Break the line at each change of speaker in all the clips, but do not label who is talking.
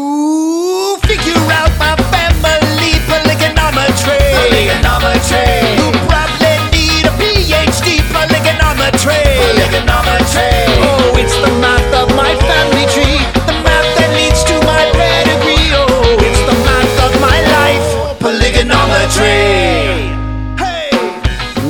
To figure out my family polygonometry. Polygonometry. You probably need a PhD polygonometry. Polygonometry. Oh, it's the math of my family tree. The math that leads to my pedigree. Oh, it's the math of my life. Polygonometry. Hey!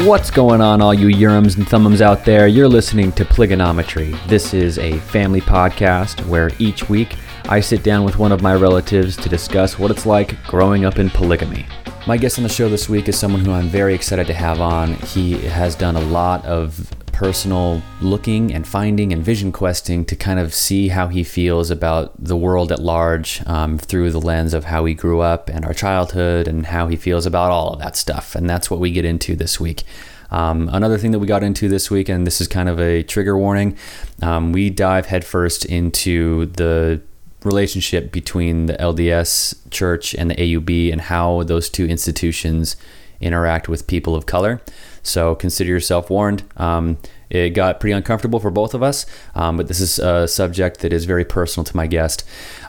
What's going on, all you Urums and Thumbums out there? You're listening to Pligonometry. This is a family podcast where each week I sit down with one of my relatives to discuss what it's like growing up in polygamy. My guest on the show this week is someone who I'm very excited to have on. He has done a lot of personal looking and finding and vision questing to kind of see how he feels about the world at large um, through the lens of how he grew up and our childhood and how he feels about all of that stuff. And that's what we get into this week. Um, another thing that we got into this week, and this is kind of a trigger warning, um, we dive headfirst into the relationship between the LDS church and the AUB and how those two institutions interact with people of color. So consider yourself warned. Um, it got pretty uncomfortable for both of us, um, but this is a subject that is very personal to my guest,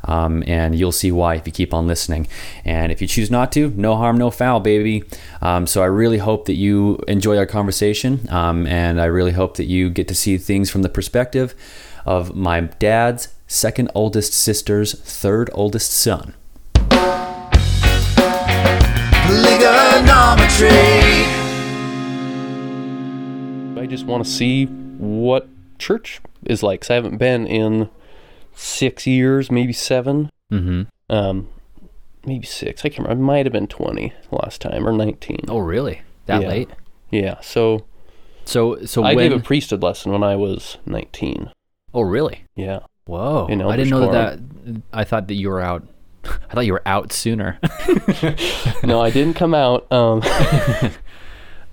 um, and you'll see why if you keep on listening. And if you choose not to, no harm, no foul, baby. Um, so I really hope that you enjoy our conversation, um, and I really hope that you get to see things from the perspective of my dad's second oldest sister's third oldest son.
Polygonometry.
I just want to see what church is like. 'cause I haven't been in six years, maybe seven,
Mm-hmm.
um, maybe six. I can't remember. I might have been twenty last time or nineteen.
Oh, really? That
Yeah.
late?
Yeah. So
So, so
I
when?
gave a priesthood lesson when I was nineteen.
oh, really?
Yeah.
Whoa!
In
I
Elder's
didn't know that,
Quorum.
that. I thought that you were out. I thought you were out sooner.
No, I didn't come out. Um,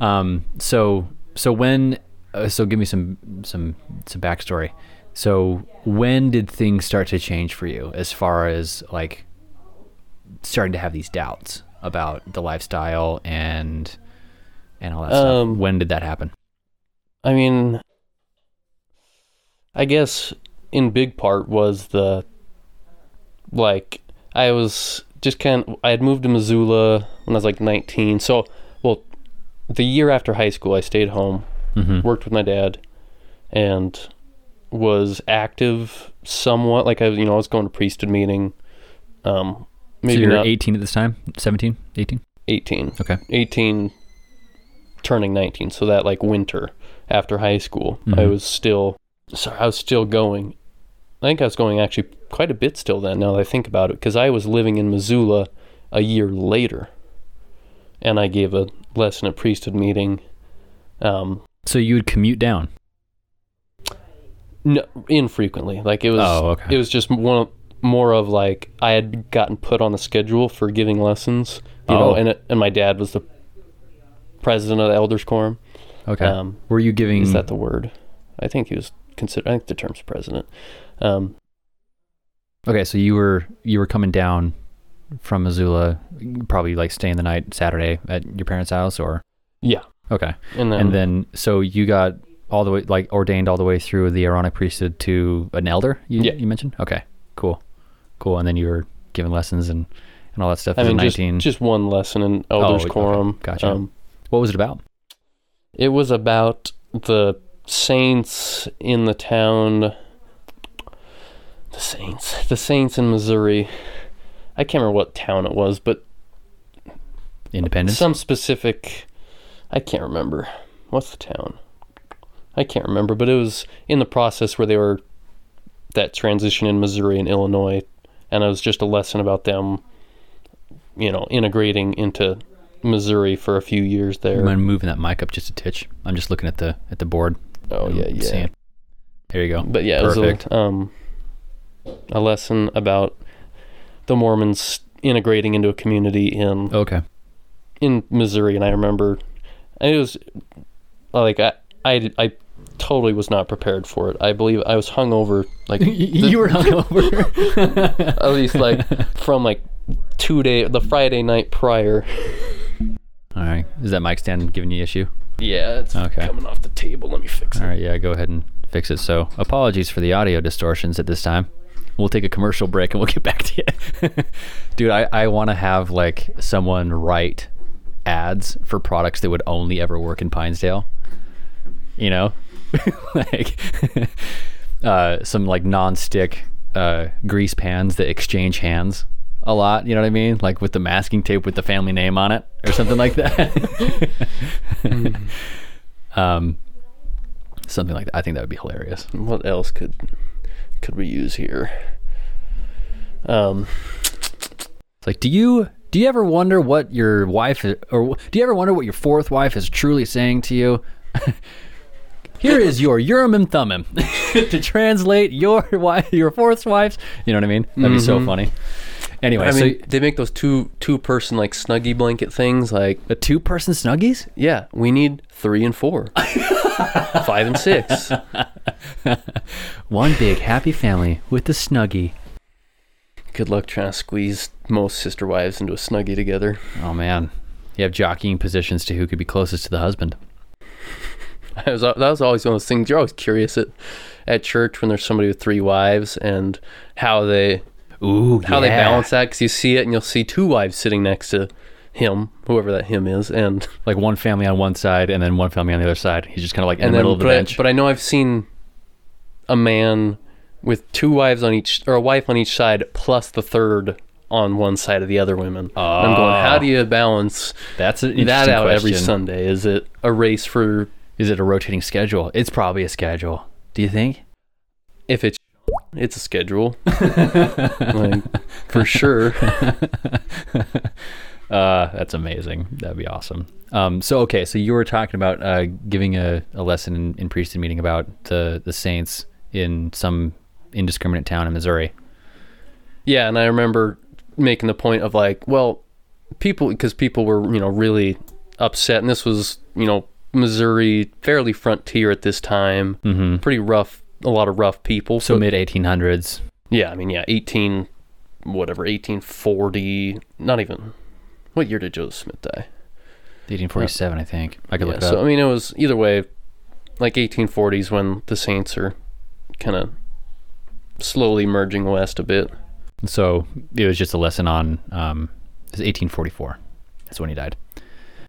um. So, so when? Uh, so, give me some some some backstory. So, when did things start to change for you, as far as like starting to have these doubts about the lifestyle and and all that stuff?
Um,
When did that happen?
I mean, I guess in big part was the like I was just kind of I had moved to Missoula when I was like 19. So, well, the year after high school, I stayed home,
Mm-hmm.
worked with my dad, and was active somewhat. Like I, was, you know, I was going to priesthood meeting. Um,
so
maybe
you're
not
18 at this time, 17, 18.
18.
Okay.
18 turning 19 so that like winter after high school i
Mm-hmm.
was still sorry i was still going i think i was going actually quite a bit still then now that i think about it because i was living in missoula a year later and i gave a lesson at priesthood meeting um
So you would commute down.
no, infrequently like it was
Oh, okay.
it was just one of- more of like i had gotten put on the schedule for giving lessons you
Oh.
know and it, and my dad was the president of the elders quorum
Okay. Mm.
Um,
Were you giving?
is that the word? I think he was considered. I think the term's president. Um,
Okay, so you were you were coming down from Missoula, probably like staying the night Saturday at your parents' house, or
yeah, Uh-huh.
okay,
and then,
and then so you got all the way like ordained all the way through the Aaronic priesthood to an elder. You,
Yeah.
you mentioned okay, cool, cool, and then you were giving lessons and and all that stuff.
I
as a
mean, just,
19.
just one lesson in elders
Oh, okay,
quorum. Um,
gotcha. what was it about?
it was about the saints in the town. The saints, the saints in Missouri. I can't remember what town it was, but
Independence.
some specific. I can't remember. What's the town? I can't remember, but it was in the process where they were that transition in Missouri and Illinois, and it was just a lesson about them, you know, integrating into Missouri for a few years there.
You mind moving that mic up just a titch? I'm just looking at the at the board.
oh
and
yeah, yeah.
seeing. There you go.
But yeah,
perfect.
it was a, um, a lesson about the Mormons integrating into a community in
okay.
in Missouri, and I remember and it was like I, I I totally was not prepared for it. I believe I was hungover like
you were hungover.
at least like from like two day the Friday night prior.
All right. Is that mic stand giving you issue?
Yeah, it's
Okay.
coming off the table. Let me fix it.
All right. Yeah. Go ahead and fix it. So apologies for the audio distortions at this time. We'll take a commercial break and we'll get back to you. Dude, I, I want to have like someone write ads for products that would only ever work in Pinesdale. You know? like uh, some like non-stick uh, grease pans that exchange hands a lot, you know what I mean? Like with the masking tape with the family name on it or something like that. um something like that. I think that would be hilarious.
What else could could we use here? Um,
It's like, do you do you ever wonder what your wife i- or wh- do you ever wonder what your fourth wife is truly saying to you? Here is your urim and thummim to translate your wife, your fourth wife's. You know what I mean? That'd be so funny. Anyway,
Mm-hmm. I mean,
so
they make those two two person like snuggie blanket things. Like,
the two-person snuggies.
yeah, we need three and four, five and six.
One big happy family with the snuggie.
Good luck trying to squeeze most sister wives into a snuggie together.
Oh man, you have jockeying positions to who could be closest to the husband.
I was, that was always one of those things. You're always curious at at church when there's somebody with three wives and how they
Ooh,
how they
yeah.
balance that because you see it and you'll see two wives sitting next to him, whoever that him is, and
Like one family on one side and then one family on the other side. He's just kind of like in
and
the
then
middle of the
but, I-
bench.
but I know I've seen a man with two wives on each or a wife on each side plus the third on one side of the other women. And I'm going, how do you balance
That's an
that
Ah. interesting
out every
question.
Sunday? Is it a race for
Is it a rotating schedule? It's probably a schedule. Do you think?
if it's it's a schedule, like, for sure.
Uh, that's amazing. That'd be awesome. Um, so okay, so you were talking about uh, giving a, a lesson in, in priesthood meeting about the the saints in some indiscriminate town in Missouri.
Yeah, and I remember making the point of like, well, people because people were you know really upset, and this was you know Missouri fairly frontier at this time, mm-hmm. pretty rough, a lot of rough people.
So
but-
mid eighteen hundreds.
yeah, I mean yeah, eighteen, whatever, eighteen forty, not even. What year did Joseph Smith die?
Eighteen forty seven, I think. I could
Yeah,
look it
so I
up.
mean it was either way, like eighteen forties when the Saints are kind of slowly merging west a bit.
So it was just a lesson on um, eighteen forty four. That's when he died.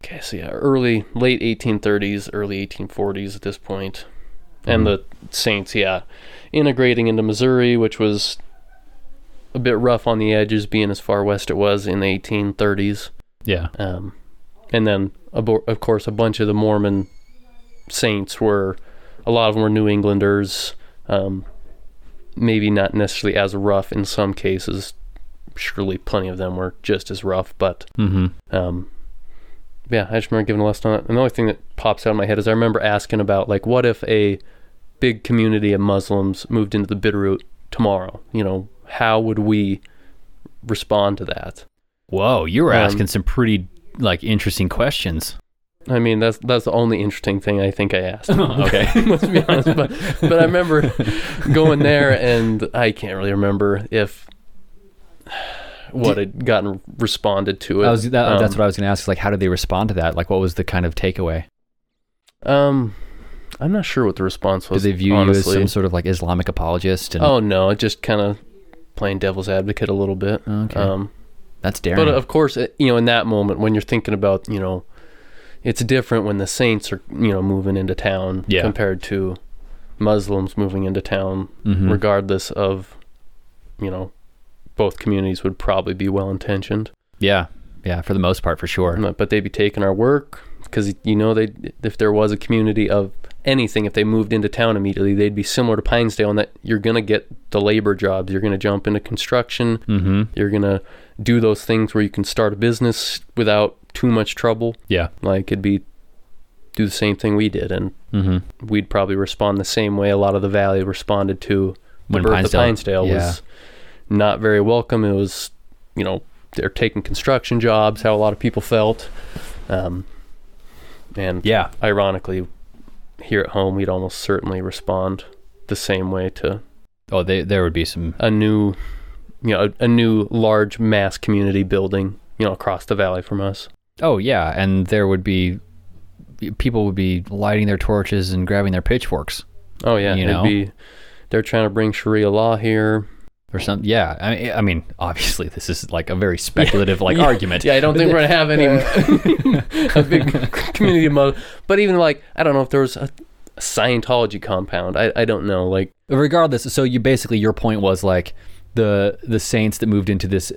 Okay, so yeah, early, late 1830s, early 1840s at this point. And the Saints, yeah, integrating into Missouri, which was a bit rough on the edges, being as far west it was in the 1830s.
Yeah.
Um, and then, abo- of course, a bunch of the Mormon Saints were, a lot of them were New Englanders, um, maybe not necessarily as rough in some cases. Surely plenty of them were just as rough, but
Mm-hmm.
um, yeah, I just remember giving a lesson on it. And the only thing that pops out in my head is I remember asking about like, what if a big community of Muslims moved into the Bitterroot tomorrow? You know, how would we respond to that?
Whoa, you were
Um,
asking some pretty like interesting questions.
I mean, that's that's the only interesting thing I think I asked.
Oh, okay.
Let's be honest, but but I remember going there, and I can't really remember if what had gotten responded to it.
I was, that, uh,
Um,
that's what I was going to ask. Like, how did they respond to that? Like, what was the kind of takeaway?
Um, I'm not sure what the response
Did
was.
they view
honestly.
you as some sort of like Islamic apologist? And,
Oh no, just kind of playing devil's advocate a little bit.
Oh, Okay.
Um,
that's daring.
but uh, of course, it- you know, in that moment when you're thinking about, you know, it's different when the saints are, you know, moving into town
Yeah.
compared to Muslims moving into town.
Mhm.
Regardless of, you know, both communities would probably be well intentioned,
yeah, yeah, for the most part, for sure.
but they'd be taking our work because you know they if there was a community of anything if they moved into town immediately they'd be similar to Pinesdale in that you're gonna get the labor jobs you're gonna jump into construction
Mm-hmm.
you're gonna do those things where you can start a business without too much trouble
Yeah.
like it'd be do the same thing we did and
Mm-hmm.
we'd probably respond the same way a lot of the valley responded to the
When
birth
Pinesdale-
of Pinesdale
yeah.
was not very welcome it was you know they're taking construction jobs how a lot of people felt um, and
Yeah.
ironically here at home we'd almost certainly respond the same way to
Oh, they, there would be some.
a new you know a, a new large mass community building you know across the valley from us
Oh, yeah, and there would be people would be lighting their torches and grabbing their pitchforks.
oh yeah
You
it'd
know?
be they're trying to bring sharia law here
or something. Yeah, I mean, I mean, obviously this is like a very speculative like argument.
Yeah, I don't think we're gonna have any a big community of mo But even like, I don't know if there was a Scientology compound. I, I don't know. Like,
regardless so you basically your point was like the the saints that moved into this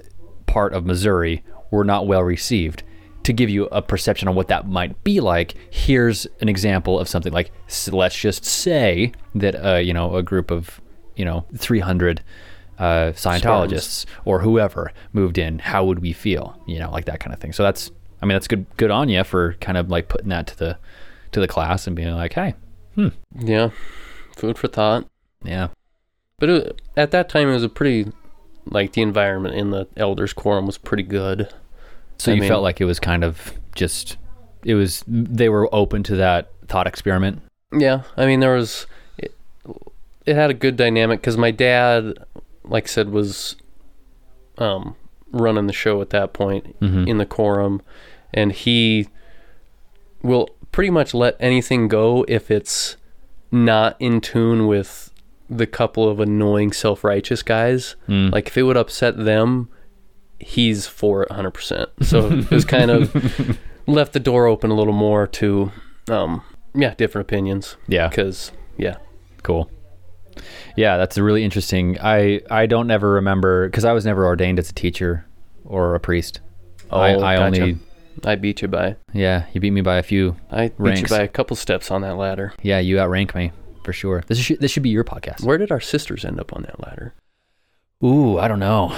part of missouri were not well received to give you a perception on what that might be like here's an example of something like s- let's just say that uh, you know a group of you know 300 uh, scientologists or whoever moved in how would we feel you know like that kind of thing so that's i mean that's good good on you for kind of like putting that to the to the class and being like hey
yeah, food for thought.
yeah
But it, at that time, it was a pretty like the environment in the elders' quorum was pretty good.
So
I
you
mean-
felt like it was kind of just it was they were open to that thought experiment.
Yeah, I mean there was it, it had a good dynamic because my dad, like I said, was um, running the show at that point
Mm-hmm.
in the quorum, and he will pretty much let anything go if it's not in tune with the couple of annoying self-righteous guys.
Mm-hmm. Mm.
Like if it would upset them, he's for it 100%. So it was kind of left the door open a little more to um yeah, different opinions.
Yeah.
Cuz yeah.
Cool. Yeah, that's really interesting. I I don't ever remember because I was never ordained as a teacher or a priest. I, I
Oh, gotcha.
only
I beat you by
yeah you beat me by a few.
I beat
Ranks.
you by a couple steps on that ladder.
Yeah, you outrank me for sure. This should this should be your podcast.
Where did our sisters end up on that ladder?
Ooh, I don't know.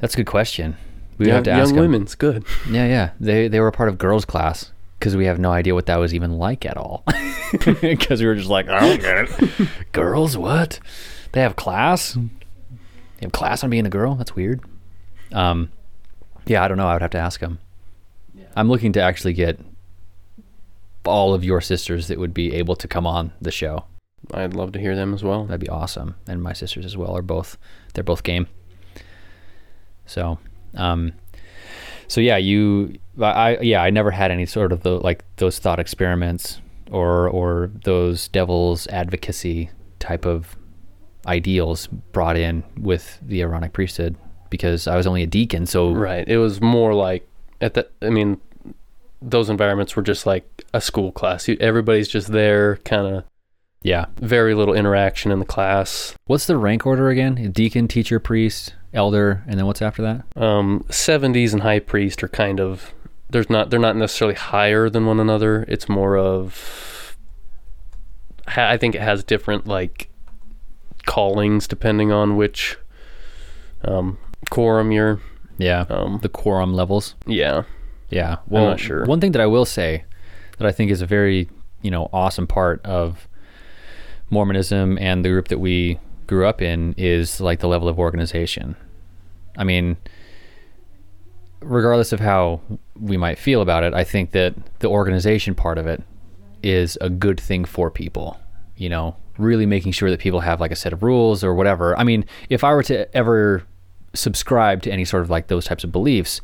That's a good question. We would
young
have to ask
young
'em.
women's good.
Yeah, yeah. They they were a part of girls' class because we have no idea what that was even like at all. Because we were just like, I don't get it. girls, what? They have class. They have class on being a girl. That's weird. Um, yeah, I don't know. I would have to ask them. I'm looking to actually get all of your sisters that would be able to come on the show.
I'd love to hear them as well.
That'd be awesome. And my sisters as well are both they're both game. So, um so yeah, you I I- yeah, I never had any sort of the like those thought experiments or or those devil's advocacy type of ideals brought in with the Aaronic priesthood because I was only a deacon, so
Right. It was more like at the I mean those environments were just like a school class. You, everybody's just there, kind of
yeah.
very little interaction in the class.
What's the rank order again? Deacon, teacher, priest, elder, and then what's after that?
um, 70s and high priest are kind of there's not they're not necessarily higher than one another it's more of ha- i think it has different like callings depending on which um, quorum you're
Yeah.
Um,
the quorum levels.
yeah
Yeah. Well,
not sure.
One thing that I will say that I think is a very, you know, awesome part of Mormonism and the group that we grew up in is like the level of organization. I mean, regardless of how we might feel about it, I think that the organization part of it is a good thing for people, you know, really making sure that people have like a set of rules or whatever. I mean, if I were to ever subscribe to any sort of like those types of beliefs,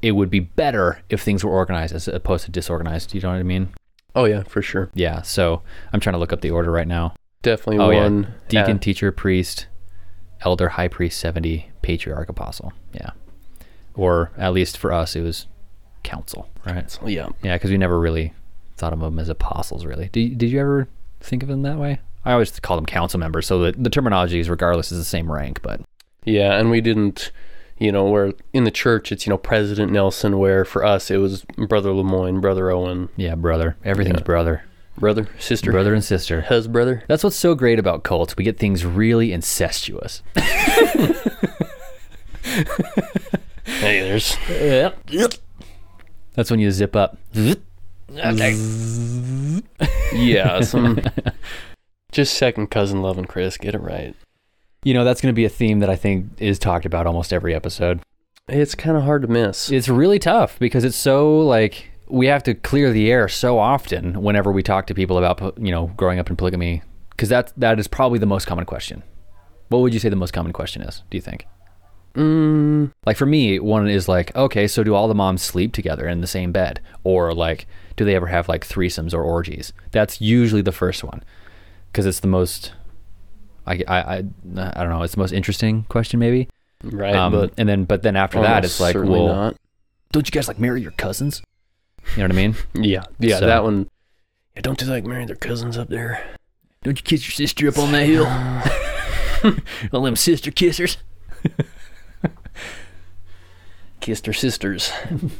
it would be better if things were organized as opposed to disorganized. You know what I mean?
oh yeah for sure
Yeah. So I'm trying to look up the order right now.
definitely
Oh
one.
yeah. Deacon,
at-
teacher, priest, elder, high priest, seventy, patriarch, apostle. Yeah. Or at least for us, it was council, right?
yeah
Yeah, because we never really thought of them as apostles. Really, did, did you ever think of them that way? I always call them council members. So the, the terminology is regardless is the same rank, but
yeah and we didn't you know where in the church it's you know president nelson where for us it was brother lemoyne brother owen
yeah, brother. Everything's brother,
brother sister
brother and sister.
hus brother
That's what's so great about cults. We get things really incestuous.
hey there's
That's when you zip up.
Yeah, some just second cousin loving Chris. Get it right.
You know, that's going to be a theme that I think is talked about almost every episode.
It's kind of hard to miss.
It's really tough because it's so like we have to clear the air so often whenever we talk to people about, you know, growing up in polygamy because that that is probably the most common question. What would you say the most common question is, do you think?
Mm,
Like for me, one is like, okay, so do all the moms sleep together in the same bed? Or like, do they ever have like threesomes or orgies? That's usually the first one because it's the most I, I, I, I don't know. It's the most interesting question, maybe.
Right,
um,
but
and then, but then after that,
almost
it's like,
certainly
well,
not.
don't you guys like marry your cousins? You know what I mean?
Yeah, yeah,
So-
that one. Yeah, don't they like marrying their cousins up there?
Don't you kiss your sister up on that hill? All them sister kissers.
Kissed their sisters.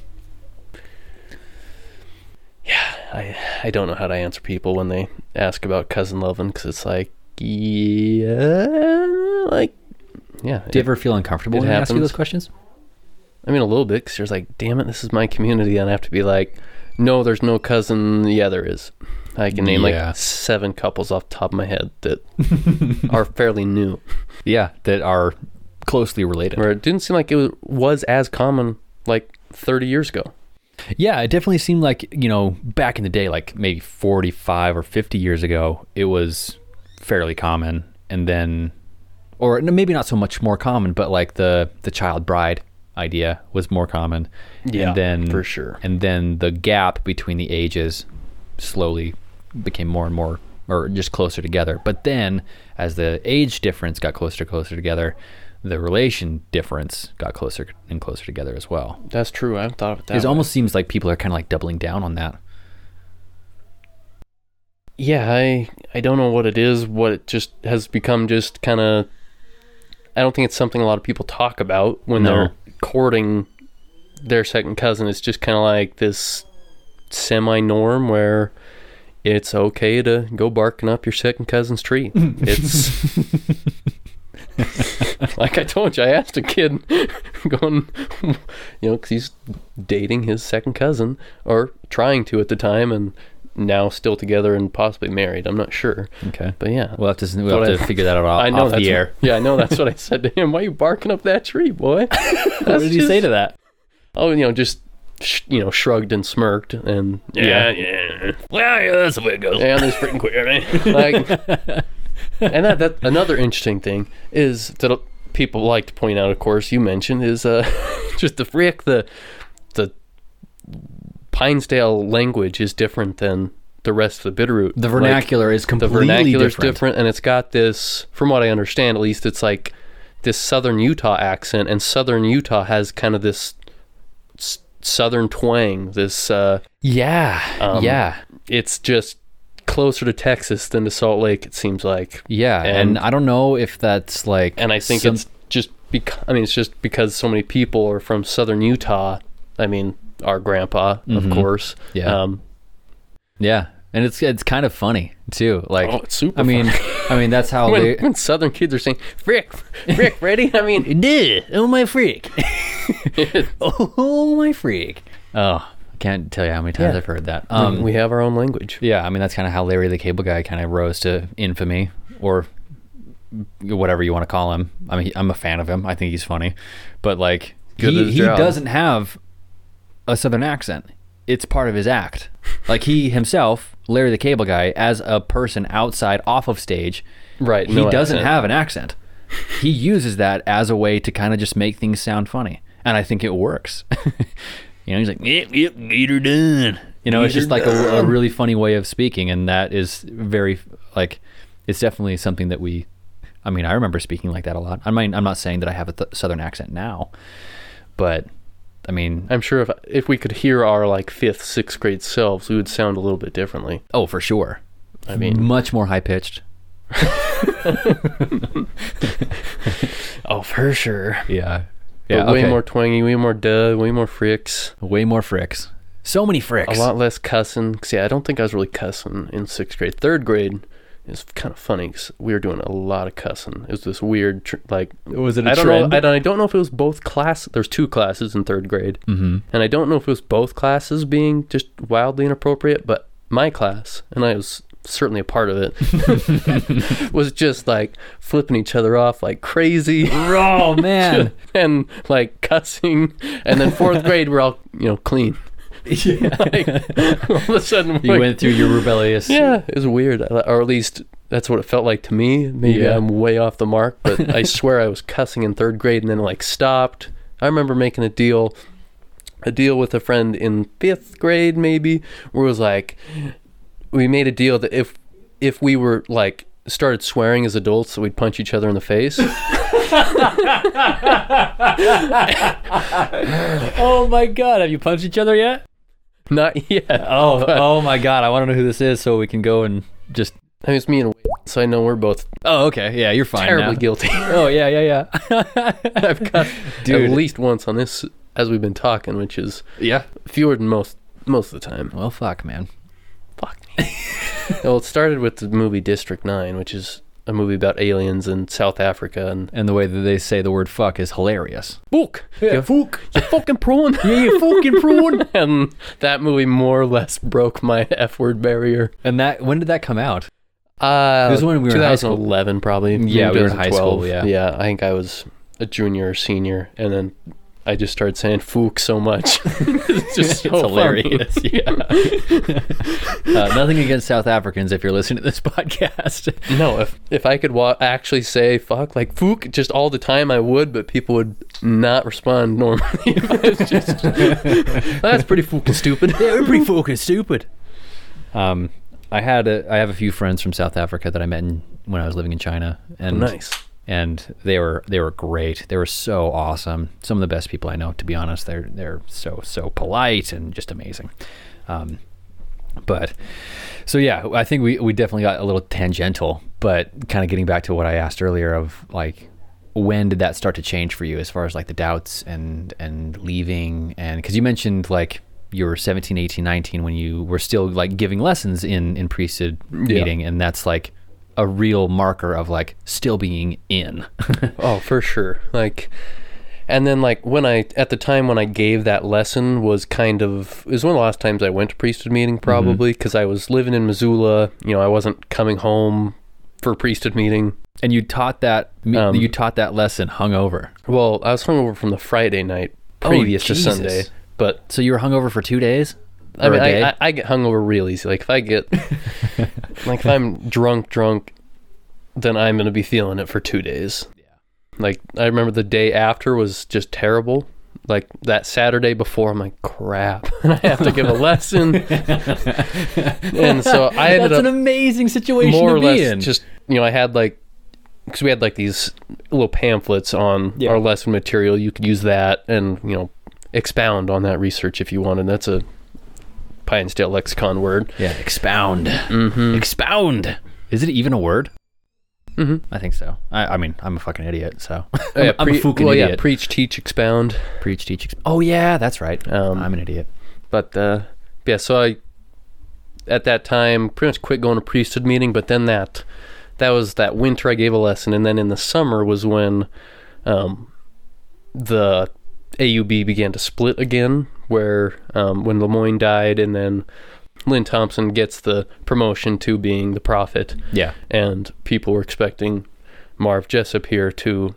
yeah, I I don't know how to answer people when they ask about cousin loving because it's like, yeah, like, yeah.
Do you
it-
ever feel uncomfortable
it
when I ask you
happens.
those questions?
I mean, a little bit because you're like, damn it, this is my community, and I have to be like, no, there's no cousin. Yeah, there is. I can name
Yeah.
like seven couples off the top of my head that are fairly new.
Yeah, that are closely related.
where it didn't seem like it was, was as common like 30 years ago.
Yeah, it definitely seemed like, you know, back in the day, like maybe 45 or 50 years ago, it was fairly common. And then, or n- maybe not so much more common, but like the, the child bride idea was more common.
Yeah,
and then,
for sure.
And then the gap between the ages slowly became more and more, or just closer together. But then as the age difference got closer and closer together, the relation difference got closer and closer together as well.
That's true. I haven't thought of it that.
It
way.
almost seems like people are kind of like doubling down on that.
yeah. I I don't know what it is. What it just has become just kind of. I don't think it's something a lot of people talk about when
No.
they're courting their second cousin. It's just kind of like this semi-norm where it's okay to go barking up your second cousin's tree. It's like I told you, I asked a kid going, you know, because he's dating his second cousin or trying to at the time and now still together and possibly married. I'm not sure.
Okay.
But yeah.
We'll have to we'll have
That's what
to figure that out off,
I know
off
that's
the air.
What, yeah, I know that's what I said to him. Why you barking up that tree, boy?
What did you say to that?
Oh, you know, just sh- you know, shrugged and smirked, and yeah, yeah. Well, yeah, that's the way it goes. Yeah, this is freaking queer, man. Like, and that, that another interesting thing is that people like to point out. Of course, you mentioned is uh, just the frick the the Pinesdale language is different than the rest of the Bitterroot.
The
Like,
vernacular is
the
completely
vernacular is
different.
different, and it's got this, from what I understand, at least, it's like this Southern Utah accent, and Southern Utah has kind of this s- Southern twang. This uh,
Yeah.
Um,
yeah.
it's just closer to Texas than to Salt Lake. It seems like,
Yeah. And,
and-
I don't know if that's like
and I think
some-
it's just because I mean, it's just because so many people are from Southern Utah. I mean, our grandpa, of course.
Mm-hmm. Yeah.
Um,
Yeah. And it's it's kind of funny too. Like
Oh, it's super
I mean I mean that's how
when,
they
when Southern kids are saying "frick, frick, ready," I mean,
Duh, oh my freak. oh my freak. Oh, I can't tell you how many times I've heard that. Um
we have our own language.
Yeah, I mean that's kind of how Larry the Cable Guy kind of rose to infamy, or whatever you want to call him. I mean, I'm a fan of him. I think he's funny, but like
Good at
he,
his
he
job.
doesn't have a southern accent. It's part of his act. Like he himself, Larry the Cable Guy, as a person outside off of stage,
Right.
he
no
doesn't
accent.
have an accent. He uses that as a way to kind of just make things sound funny, and I think it works. you know, he's like, yep, yep, get her done. You know, it's just like a, a really funny way of speaking, and that is very like, it's definitely something that we. I mean, I remember speaking like that a lot. I mean, I'm not saying that I have a th- southern accent now, but I mean, uh,
I'm sure if if we could hear our like fifth, sixth grade selves, we would sound a little bit differently.
oh, for sure.
I mean,
much more high pitched.
oh for sure. Yeah,
Yeah, yeah, okay.
way more twangy, way more duh, way more fricks,
way more fricks. So many fricks.
a lot less cussing. 'Cause, yeah, I don't think I was really cussing in sixth grade. Third grade is kind of funny 'cause we were doing a lot of cussing. It was this weird tr- like.
Was it a
I don't
trend?
know. I don't, I don't know if it was both class. There's two classes in third grade, mm-hmm. and I don't know if it was both classes being just wildly inappropriate, but my class, and I was certainly a part of it, was just like flipping each other off like crazy.
Oh man.
and like cussing, and then fourth grade we're all you know clean. Like, all of a sudden,
You
we're-
went through your rebellious.
Yeah, it was weird, I- or at least that's what it felt like to me. Maybe
Yeah.
I'm way off the mark, but I swear I was cussing in third grade, and then like stopped. I remember making a deal, a deal with a friend in fifth grade, maybe, where it was like, we made a deal that if if we were like started swearing as adults that we'd punch each other in the face.
Oh my god, have you punched each other yet?
Not yet.
Oh, oh my god, I want to know who this is so we can go and just.
I mean, it's me and Wade, so I know we're both
Oh, okay, yeah, you're fine.
terribly
now.
guilty.
Oh yeah, yeah, yeah.
I've got
Dude.
at least once on this as we've been talking, which is
yeah.
fewer than most most of the time.
Well, fuck, man.
Fuck me. well, it started with the movie District Nine, which is a movie about aliens in South Africa and
And the way that they say the word "fuck" is hilarious.
book.
Yeah,
You
fuck.
you fucking prawn.
Yeah, you fucking prawn.
and that movie more or less broke my F word barrier.
And that when did that come out?
Uh,
It was when we were in high school.
2011, probably.
Yeah,
maybe
we were in high school,
2012.
yeah.
yeah. I think I was a junior or senior, and then I just started saying "fook" so much. it's just so
it's
funny.
hilarious. Yeah. uh, nothing against South Africans if you're listening to this podcast.
No, if if I could wa- actually say "fuck" like "fook" just all the time, I would, but people would not respond normally. it's just that's pretty fucking stupid.
They're pretty fucking stupid. Um, I had a, I have a few friends from South Africa that I met in, when I was living in China, and
nice.
and they were they were great. They were so awesome. Some of the best people I know, to be honest. They're they're so so polite and just amazing. Um, but so yeah, I think we we definitely got a little tangential, but kind of getting back to what I asked earlier of like when did that start to change for you as far as like the doubts and and leaving and cuz you mentioned like you were 17, 18, 19 when you were still like giving lessons in in pre-sid meeting and that's like a real marker of like still being in.
Oh, for sure. Like, and then like when I at the time when I gave that lesson was kind of it was one of the last times I went to priesthood meeting
Mm-hmm.
probably because I was living in Missoula. You know, I wasn't coming home for priesthood meeting.
and you taught that
Um,
you taught that lesson hungover.
Well, I was hungover from the Friday night
Oh,
previous to
Jesus.
Sunday, but
So you were hungover for 2 days?
I
Or
mean,
a day?
I, I, I get hungover real easy. Like if I get, like if I'm drunk, drunk, then I'm gonna be feeling it for two days. Yeah. Like I remember the day after was just terrible. Like that Saturday before, I'm like, crap, I have to give a lesson. and so I ended
That's an
up
amazing situation
more
to
or
be
less
in.
just you know I had like because we had like these little pamphlets on our lesson material. You could use that and you know expound on that research if you wanted. That's a Pine State lexicon word.
yeah, expound.
Mm.
Mm-hmm. Expound. Is it even a word?
Mhm.
I think so. I, I mean, I'm a fucking idiot, so
Oh, yeah,
I'm
pre-
a fucking
well,
idiot.
yeah, preach, teach, expound.
Preach, teach. Exp- oh yeah, that's right.
Um,
I'm an idiot.
But uh, yeah, so I at that time pretty much quit going to priesthood meeting. But then that that was that winter I gave a lesson, and then in the summer was when um, the AUB began to split again, where um, when Lemoyne died, and then Lynn Thompson gets the promotion to being the prophet.
Yeah.
and people were expecting Marv Jessup here to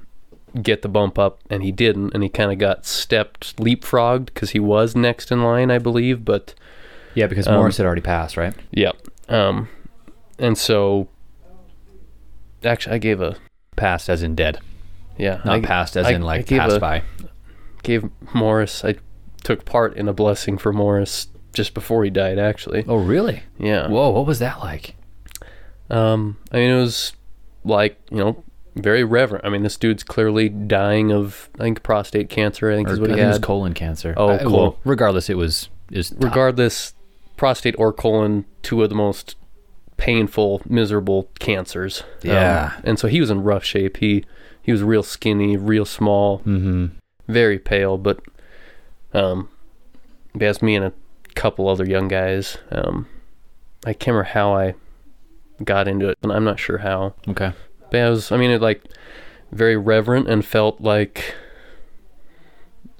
get the bump up, and he didn't, and he kind of got stepped, leapfrogged, because he was next in line, I believe. But
Yeah, because
Um,
Morris had already passed, right?
yeah, um, and so actually, I gave a
Passed as in dead,
yeah,
not
I,
passed as
I-
in
I
like
gave
passed
a-
by.
gave Morris. I took part in a blessing for Morris just before he died, actually.
Oh really?
Yeah.
Whoa, what was that like?
Um, I mean, it was like you know. Very reverent. I mean, this dude's clearly dying of, I think, prostate cancer. I think
Or, I
is what
think
he
it was
had.
colon cancer.
Oh,
I-
cool.
regardless, it was is top.
regardless, prostate or colon, two of the most painful, miserable cancers. Um,
Yeah.
and so he was in rough shape. He he was real skinny, real small,
Mhm.
very pale, but um as me and a couple other young guys, um I can't remember how I got into it, and I'm not sure how.
Okay.
But yeah, it was, I mean, it like very reverent and felt like,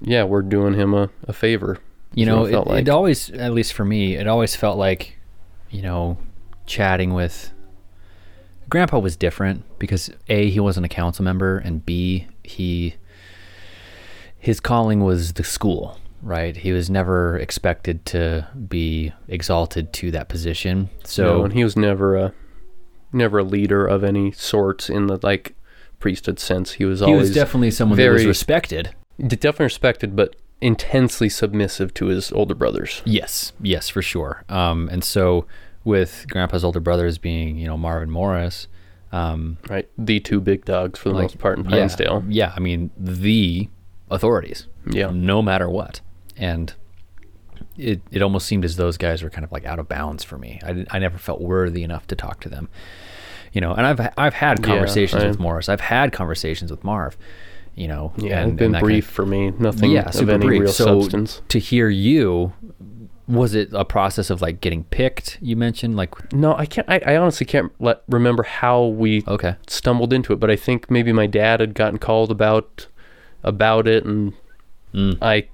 yeah, we're doing him a, a favor.
you
is what
know
it
it,
felt like.
it always at least for me it always felt like you know chatting with grandpa was different because a he wasn't a council member and b he his calling was the school right he was never expected to be exalted to that position so
No, and he was never a never a leader of any sorts in the like priesthood sense. He was
he
always
was definitely someone that was
very-
respected
d- definitely respected, but intensely submissive to his older brothers.
Yes, yes, for sure. Um, and so with Grandpa's older brothers being, you know, Marvin Morris, Um,
right? The two big dogs for the
like,
most part in
yeah,
Pinesdale.
Yeah, I mean the authorities.
Yeah.
no matter what, and it it almost seemed as those guys were kind of like out of bounds for me. I didn't- I never felt worthy enough to talk to them, you know. And I've I've had conversations
I-
with Morris. I've had conversations with Marv, you know.
Yeah,
and,
it's been
and that kind of-
brief for me. Nothing
yeah,
of
super
any
brief.
real
so
substance.
to hear you, was it a process of like getting picked? You mentioned like
No, I can't. I, I honestly can't let, remember how we
okay,
stumbled into it, but I think maybe my dad had gotten called about about it, and I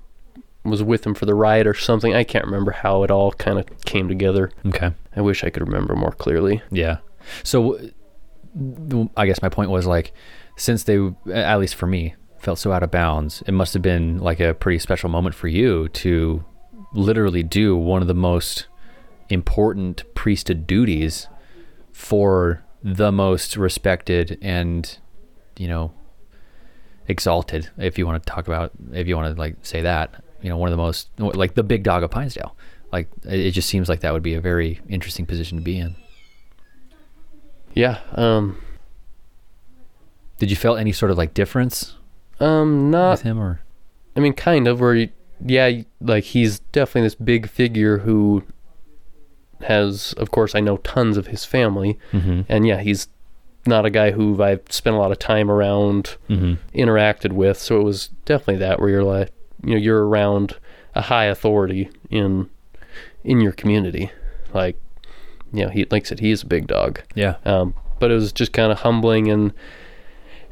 was with him for the ride or something. I can't remember how it all kind of came together.
okay.
I wish I could remember more clearly.
Yeah. So w- w- I guess my point was like, since they, at least for me, felt so out of bounds, it must have been like a pretty special moment for you to literally do one of the most important priesthood duties for the most respected and, you know, exalted, if you want to talk about, if you want to like say that, you know, one of the most, like the big dog of Pinesdale. Like, it it just seems like that would be a very interesting position to be in.
Yeah. Um.
Did you feel any sort of like difference
Um. Not
with him or?
I mean, kind of. Where, you, yeah, you- like he's definitely this big figure who has, of course, I know tons of his family, and yeah, he's not a guy who I've spent a lot of time around,
Mm-hmm.
interacted with. So it was definitely that where you're like, you know, you're around a high authority in in your community, like, you know, he like I said, he is a big dog
Yeah.
um, but it was just kind of humbling and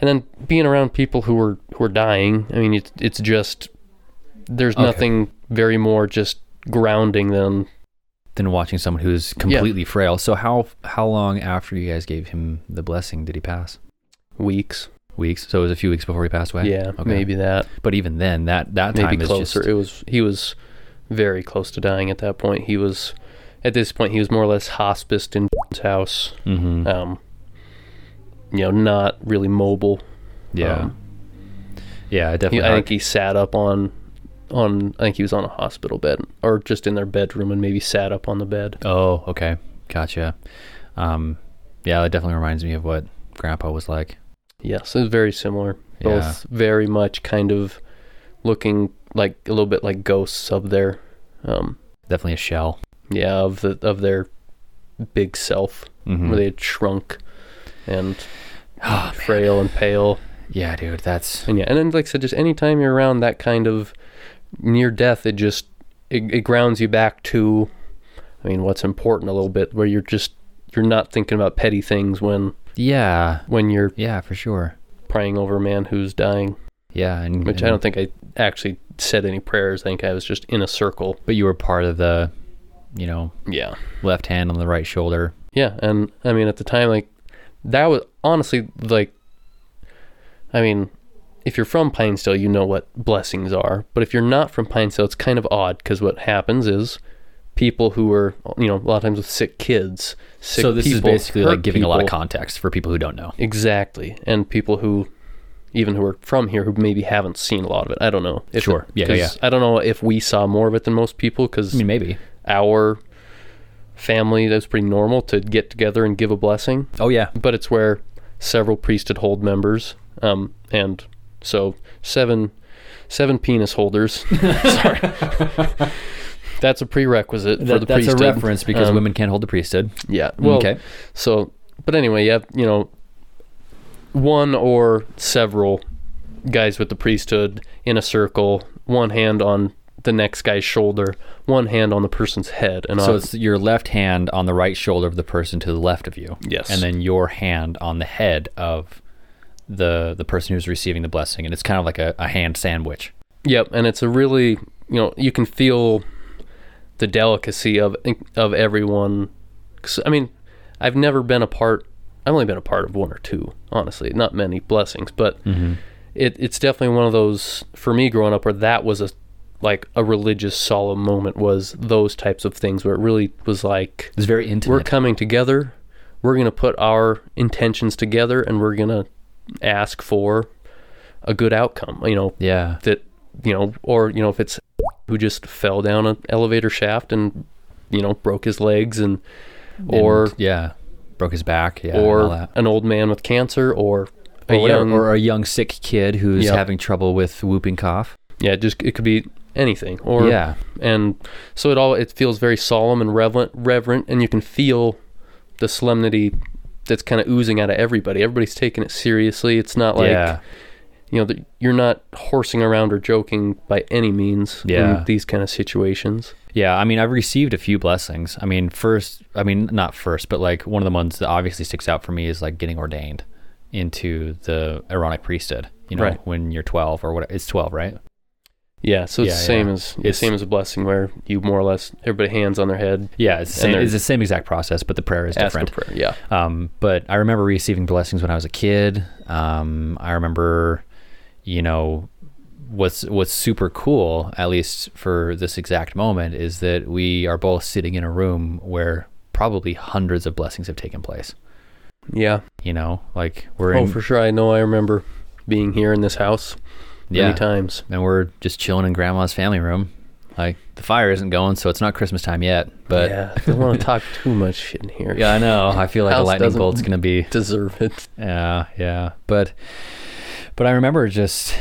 and then being around people who were who are dying i mean it's it's just there's
Okay.
nothing very more just grounding than
Than watching someone who's completely frail. So how how long after you guys gave him the blessing did he pass?
weeks
Weeks. So it was a few weeks before he passed away.
yeah maybe that
But even then, that that time
maybe
is
closer
just
it was he was very close to dying at that point he was at this point he was more or less hospiced in his house
Mhm.
um you know not really mobile
yeah.
um,
yeah, it
He,
definitely.
I think he sat up on, on I think he was on a hospital bed or just in their bedroom and maybe sat up on the bed.
oh, okay, gotcha. Um, yeah, that definitely reminds me of what Grandpa was like.
Yes, it was very similar. Both very much kind of looking like a little bit like ghosts of their, um,
Definitely a shell.
yeah, of the of their big self
Mhm.
where they had shrunk and frail and pale.
Yeah, dude, that's
And yeah, and then like I said, just anytime you're around that kind of near death, it just it, it grounds you back to, I mean, what's important a little bit, where you're just you're not thinking about petty things when
yeah,
when you're
yeah, for sure.
praying over a man who's dying.
Yeah, and
Which
and-
I don't think I actually said any prayers. I think I was just in a circle.
But you were part of the, you know,
Yeah,
left hand on the right shoulder.
yeah, and I mean at the time, like that was honestly like, I mean. If you're from Pinesdale, you know what blessings are. But if you're not from Pinesdale, it's kind of odd because what happens is people who are you know a lot of times with sick kids sick
so this is
people,
basically
hurt
like giving a lot of
people.
context for people who don't know.
exactly and people who even who are from here who maybe haven't seen a lot of it i don't know if
Sure.
it-
Yeah,
'cause
yeah.
i don't know if we saw more of it than most people because
I mean, maybe.
our family that's pretty normal to get together and give a blessing
Oh yeah,
but it's where several priesthood hold members um and so seven seven penis holders sorry that's a prerequisite for the
that's a
priesthood
reference because
Um,
women can't hold the priesthood.
yeah. Well,
Okay.
So, but anyway, yeah, you know, one or several guys with the priesthood in a circle, one hand on the next guy's shoulder, one hand on the person's head, and
So
on,
it's your left hand on the right shoulder of the person to the left of you.
Yes.
and then your hand on the head of the the person who's receiving the blessing, and it's kind of like a, a hand sandwich.
yep, and it's a really you know you can feel the delicacy of of everyone. 'Cause, I mean, I've never been a part. I've only been a part of one or two, honestly, not many blessings, but it, it's definitely one of those for me growing up where that was a like a religious solemn moment was those types of things where it really was like
It's very intimate.
we're coming together, we're gonna put our intentions together, and we're gonna ask for a good outcome. You know,
yeah,
that you know or you know if it's who just fell down an elevator shaft and you know broke his legs and or
And- yeah, broke his back, yeah, and all
or
that.
an old man with cancer, or a
or, whatever,
young,
or a young sick kid who's
Yep.
having trouble with whooping cough.
yeah, just it could be anything. Or
yeah,
and so it all it feels very solemn and reverent, reverent, and you can feel the solemnity that's kind of oozing out of everybody. Everybody's taking it seriously. It's not like
yeah,
you know that you're not horsing around or joking by any means
Yeah.
in these kind of situations.
yeah. I mean, I've received a few blessings. I mean, first, I mean, not first, but like one of the ones that obviously sticks out for me is like getting ordained into the Aaronic priesthood. You know,
Right.
when you're 12 or what? It's 12, right?
Yeah, so it's
Yeah,
the same
yeah.
as the
It's-
same as a blessing where you more or less everybody hands on their head,
Yeah, it's the
And
same.
they're-
It's the same exact process, but the prayer is
ask for
different.
prayer. Yeah,
Um, but I remember receiving blessings when I was a kid. Um, I remember, you know, what's what's super cool, at least for this exact moment, is that we are both sitting in a room where probably hundreds of blessings have taken place.
yeah.
You know, like we're
Oh,
in,
for sure. I know. I remember being here in this house
yeah,
many times.
and we're just chilling in Grandma's family room. Like the fire isn't going, so it's not Christmas time yet. But yeah,
yeah, don't want to talk too much shit in here.
I know. I feel like a
House
lightning
doesn't-
bolt's gonna be
deserve it.
Yeah, yeah. But but I remember just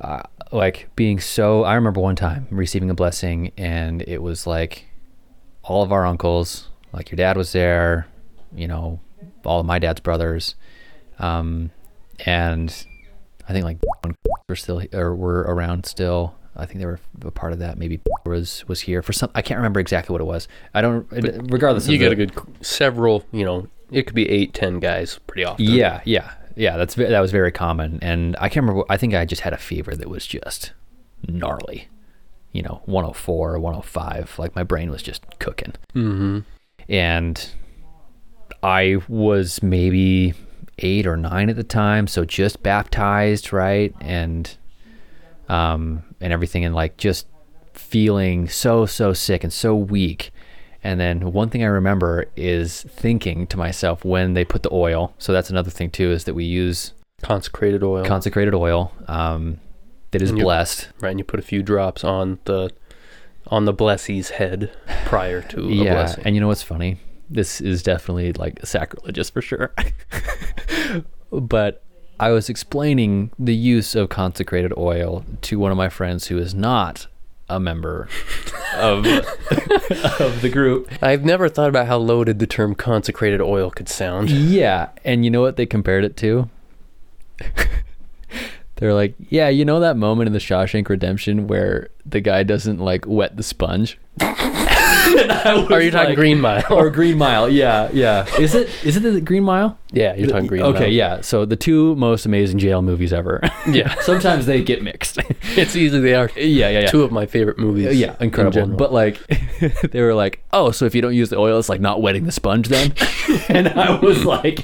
uh, like being so I remember one time receiving a blessing and it was like all of our uncles, like your dad was there, you know, all of my dad's brothers. Um and I think like were still or were around still. I think they were a part of that. Maybe was was here for some. I can't remember exactly what it was. I don't. Regardless,
You
of
get
the-
a good several. You know, it could be eight, ten guys pretty often.
Yeah, yeah, yeah. That's ve- that was very common, and I can't remember. I think I just had a fever that was just gnarly. You know, 104 or 105. Like my brain was just cooking,
Mm-hmm.
and I was maybe eight or nine at the time, so just baptized, right? And um, and everything, and like just feeling so so sick and so weak. And then one thing I remember is thinking to myself when they put the oil. So that's another thing too is that we use
Consecrated oil,
consecrated oil um, that is
And you-
blessed.
right? And you put a few drops on the on the blessee's head prior to the
yeah,
blessing.
and you know what's funny? This is definitely like sacrilegious for sure. but I was explaining the use of consecrated oil to one of my friends who is not a member of of the group.
I've never thought about how loaded the term consecrated oil could sound.
Yeah, and you know what they compared it to? They're like, yeah, you know that moment in the Shawshank Redemption where the guy doesn't like wet the sponge.
Are you talking
like-
Green Mile?
or Green Mile. Yeah, yeah. Is it is it the Green Mile?
yeah, you're talking Green Mile.
okay, yeah. So the two most amazing jail movies ever.
yeah.
Sometimes they get mixed.
it's easy they are.
yeah, yeah, yeah.
Two of my favorite movies.
yeah,
in
incredible.
general.
but like, they were like, "Oh, so if you don't use the oil, it's like not wetting the sponge then." and I was like,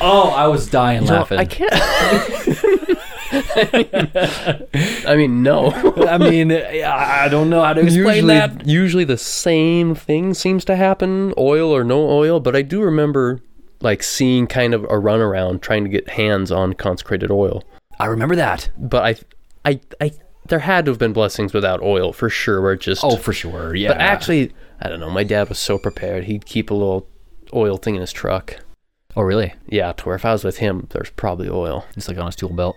"Oh, I was dying
No,
laughing."
I can't. I mean, no.
I mean, I I don't know how to explain
usually,
that.
Usually the same thing seems to happen, oil or no oil, but I do remember like seeing kind of a runaround trying to get hands on consecrated oil.
I remember that.
But I I I there had to have been blessings without oil for sure where it just
Oh, for sure. Yeah.
But actually I don't know, my dad was so prepared. He'd keep a little oil thing in his truck.
oh, really?
Yeah, to where if I was with him, there's probably oil.
It's like on his tool belt,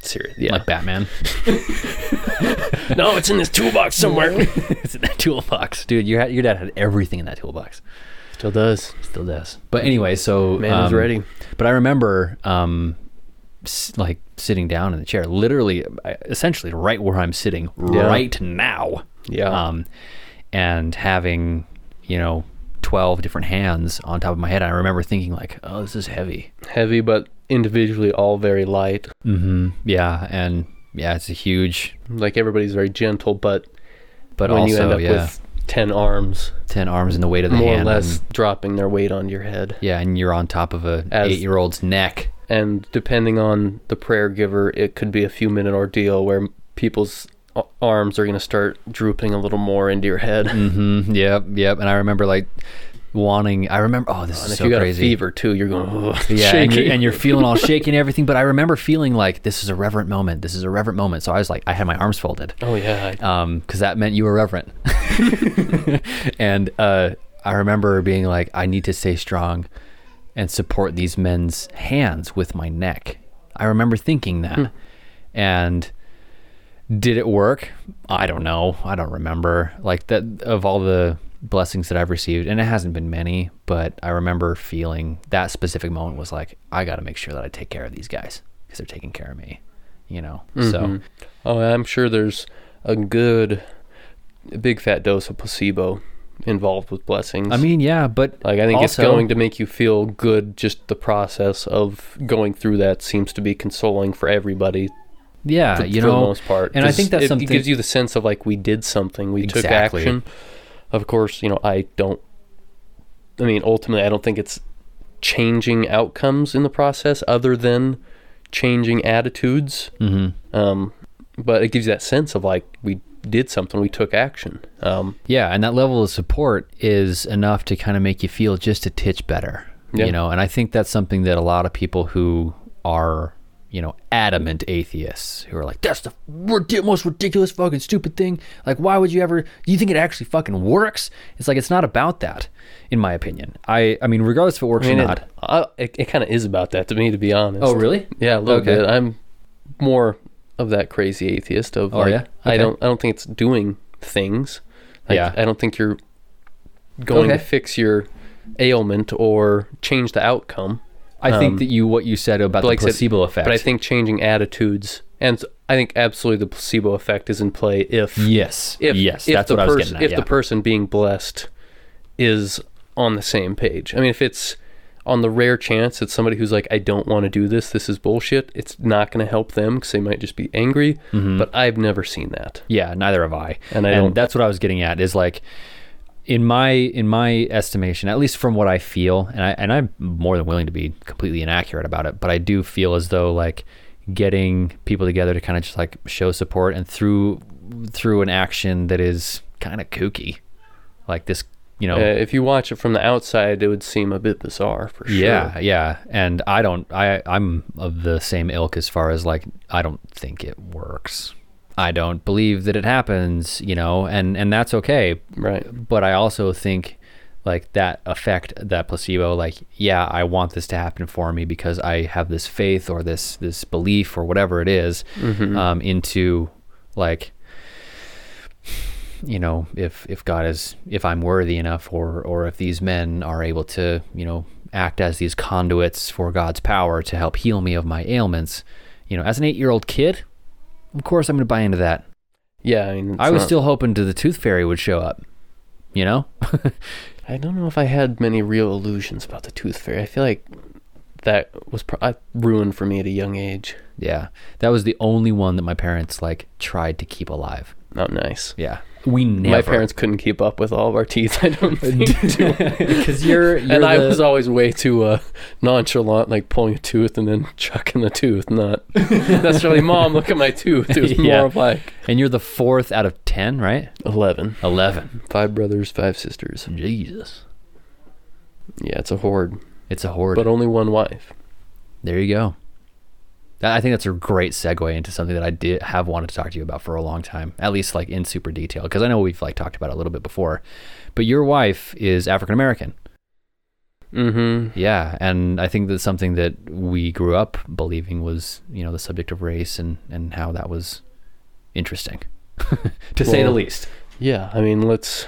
Serious. Yeah.
like Batman.
no, it's in this toolbox somewhere.
it's in that toolbox, dude. Your your dad had everything in that toolbox.
Still does.
Still does. But anyway, so
Man is
um,
ready.
But I remember, um, s- like sitting down in the chair, literally, I- essentially right where I'm sitting
Yeah.
right now.
Yeah.
Um, and having, you know, twelve different hands on top of my head. I remember thinking like, oh, this is heavy.
Heavy but individually all very light.
Mm-hmm. Yeah, and yeah, it's a huge.
like everybody's very gentle, but
But
when
also,
you end up
yeah,
with ten arms,
ten arms and the weight of the
more or
hand.
less
and-
dropping their weight onto your head,
yeah, and you're on top of a
As-
eight-year-old's neck.
and depending on the prayer giver, it could be a few minute ordeal where people's a- arms are going to start drooping a little more into your head.
Mm-hmm. Yep, yep. And I remember like wanting. I remember. Oh, this
And
is
if
so
you got
crazy.
a fever too, you're going "Ugh,"
Yeah, and
shaking.
you're, and you're feeling all shaky and everything. But I remember feeling like this is a reverent moment. This is a reverent moment. So I was like, I had my arms folded
oh yeah, I-
because um, that meant you were reverent. and uh, I remember being like, I need to stay strong and support these men's hands with my neck. I remember thinking
Hmm.
that. And did it work? I don't know. I don't remember. Like that of all the blessings that I've received, and it hasn't been many, but I remember feeling that specific moment was like, I got to make sure that I take care of these guys because they're taking care of me, you know? So
Oh, I'm sure there's a good, big fat dose of placebo involved with blessings.
I mean, yeah, but
like I think it's
also-
going to make you feel good. Just the process of going through that seems to be consoling for everybody,
yeah,
for,
you
for
know,
the most part.
and I
'Cause
think that's
it,
something
it gives you the sense of like we did something, we took
Exactly.
action. Of course, you know I don't. I mean, ultimately, I don't think it's changing outcomes in the process, other than changing attitudes. Mm-hmm. Um, but it gives you that sense of like we did something, we took action. Um,
Yeah, and that level of support is enough to kind of make you feel just a titch better.
Yeah.
You know, and I think that's something that a lot of people who are, you know, adamant atheists who are like, that's the rid- most ridiculous fucking stupid thing. Like, why would you ever, do you think it actually fucking works? It's like, it's not about that, in my opinion. I, I mean, regardless if it works
I mean,
or
it,
not.
I, it, it kind of is about that to me, to be honest.
oh, really?
Yeah, a little
Okay.
bit. I'm more of that crazy atheist of like
Oh, yeah?
I
Okay.
don't I don't think it's doing things. Like,
Yeah.
I don't think you're going to
Okay.
fix your ailment or change the outcome.
I
Um,
think that you, what you said about
But like I
the
said-
placebo effect.
But I think changing attitudes and I think absolutely the placebo effect is in play if
yes.
if
yes.
if
that's
the
what I was
pers-
getting at.
if
yeah.
the person being blessed is on the same page. I mean, if it's on the rare chance it's somebody who's like, I don't want to do this, this is bullshit. It's not going to help them because they might just be angry.
Mm-hmm.
But I've never seen that.
Yeah, neither have I.
And
And,
I don't-
that's what I was getting at is like in my in my estimation, at least from what I feel, and I and I'm more than willing to be completely inaccurate about it, but I do feel as though like getting people together to kind of just like show support and through through an action that is kind of kooky. Like this, you know,
Uh, if you watch it from the outside, it would seem a bit bizarre for sure.
yeah, yeah. And I don't I I'm of the same ilk as far as like I don't think it works. I don't believe that it happens, you know, and and that's okay.
Right.
But I also think like that effect that placebo like yeah, I want this to happen for me because I have this faith or this this belief or whatever it is, um into like you know if if god is if i'm worthy enough or or if these men are able to you know act as these conduits for god's power to help heal me of my ailments you know as an 8-year-old kid of course i'm going to buy into that
Yeah. I, mean, it's
i was
not-
still hoping to the tooth fairy would show up you know
I don't know if I had many real illusions about the Tooth Fairy. I feel like that was pro- I- ruined for me at a young age.
yeah that was the only one that my parents like tried to keep alive
Not nice.
yeah we never
My parents couldn't keep up with all of our teeth. I don't think.
because you're, you're
and I
the-
was always way too uh, nonchalant, like pulling a tooth and then chucking the tooth. Not necessarily, mom, look at my tooth. It was
Yeah.
more of like
and you're the fourth out of 10 right
11.
11
Five brothers, five sisters.
jesus
Yeah, it's a horde,
it's a horde
but only one wife.
There you go. That- I think that's a great segue into something that I did have wanted to talk to you about for a long time, at least like in super detail, because I know we've like talked about it a little bit before. But your wife is African American,
Mm hmm.
yeah, and I think that's something that we grew up believing was you know the subject of race and and how that was interesting, to say the
Well-
least.
Yeah, I mean, let's.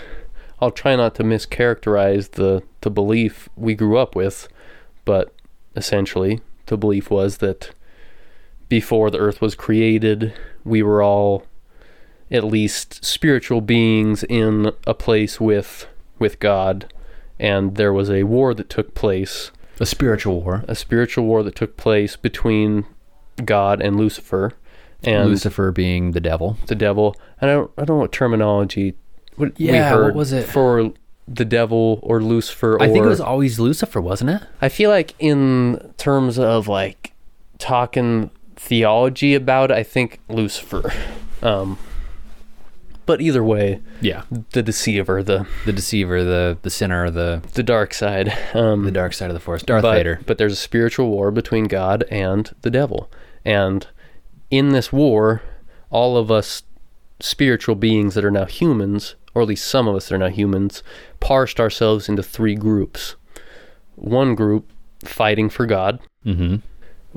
I'll try not to mischaracterize the, the belief we grew up with, but essentially, the belief was that before the earth was created, we were all at least spiritual beings in a place with with God, and there was a war that took place,
A spiritual war.
a spiritual war that took place between God and Lucifer, and
Lucifer being the devil.
the devil. And I don't, I don't know what terminology what we
Yeah, what
heard
was it?
for the devil or Lucifer. Or,
I think it was always Lucifer, wasn't it?
I feel like in terms of like talking theology about it, I think Lucifer. Um, but either way,
Yeah,
the deceiver, the
the deceiver, the the sinner, the
the dark side. Um,
the dark side of the force, Darth
but,
Vader.
But there's a spiritual war between God and the devil. And in this war, all of us spiritual beings that are now humans, or at least some of us that are now humans, parsed ourselves into three groups. One group fighting for God,
Mm-hmm.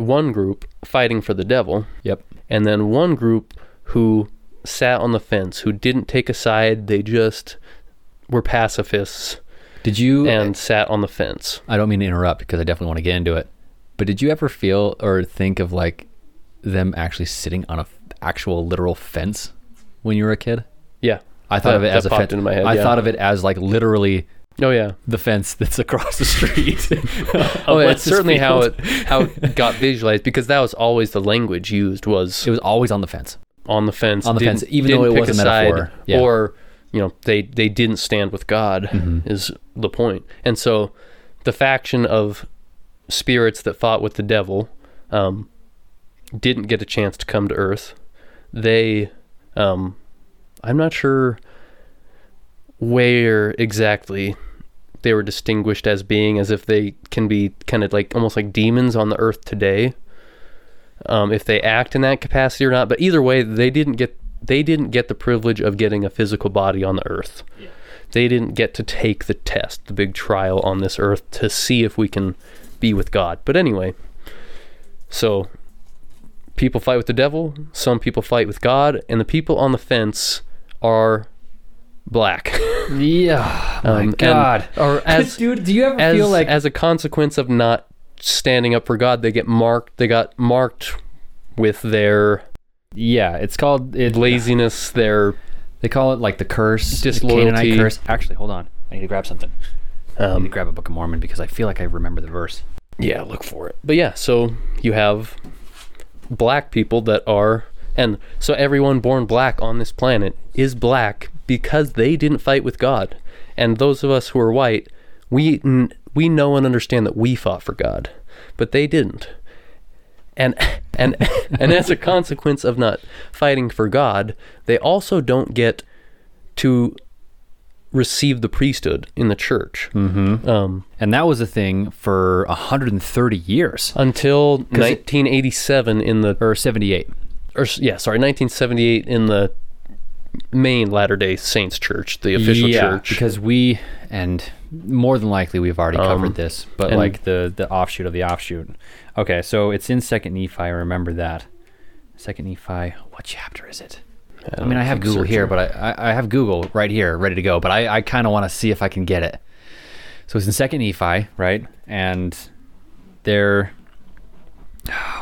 one group fighting for the devil,
Yep.
and then one group who sat on the fence, who didn't take a side, they just were pacifists
Did you?
and sat on the fence.
I don't mean to interrupt because I definitely want to get into it. But did you ever feel or think of like them actually sitting on a f- actual literal fence when you were a kid?
Yeah.
I thought of it
That-
as
that
a
popped
fence.
into my head,
I
yeah.
thought of it as like literally
Oh yeah.
the fence that's across the street.
Oh, that's
Alexis
certainly how
Field.
it how it got visualized because that was always the language used was
It was always on the fence.
on the fence.
On the
didn't-
fence, even though
didn't
it
pick
was a
side,
metaphor. Yeah.
Or, you know, they, they didn't stand with God
Mm-hmm.
is the point. And so the faction of spirits that fought with the devil um, didn't get a chance to come to earth. They, um, I'm not sure where exactly they were distinguished as being, as if they can be kind of like almost like demons on the earth today um, if they act in that capacity or not. But either way, they didn't get they didn't get the privilege of getting a physical body on the earth. They didn't get to take the test, the big trial on this earth to see if we can be with God. But anyway, so people fight with the devil, some people fight with God, and the people on the fence are black.
Yeah.
Um, and- or as
dude, do you ever
as,
feel like
as a consequence of not standing up for God, they get marked. They got marked with their
Yeah, it's called it,
laziness, their
They call it like the curse, the
Disloyalty.
Canaanite curse. Actually, hold on. I need to grab something. I need to
um,
grab a Book of Mormon because I feel like I remember the verse.
yeah, look for it. But yeah, so you have black people that are, and so everyone born black on this planet is black because they didn't fight with God, and those of us who are white, we n- we know and understand that we fought for God, but they didn't. and and and as a consequence of not fighting for God, they also don't get to receive the priesthood in the church um,
And that was a thing for 130 years
until 1987 in the
or 78.
or s- yeah sorry 1978 in the main Latter Day Saints Church, the official
yeah,
church. Um,
because we and more than likely we've already covered this, but
and-
like the the offshoot of the offshoot. Okay, so it's in Second Nephi. I remember that. Second Nephi. What chapter is it? I, mean, I have Google here, but I, I I have Google right here, ready to go. But I I kind of want to see if I can get it. So it's in Second Nephi, right? And there,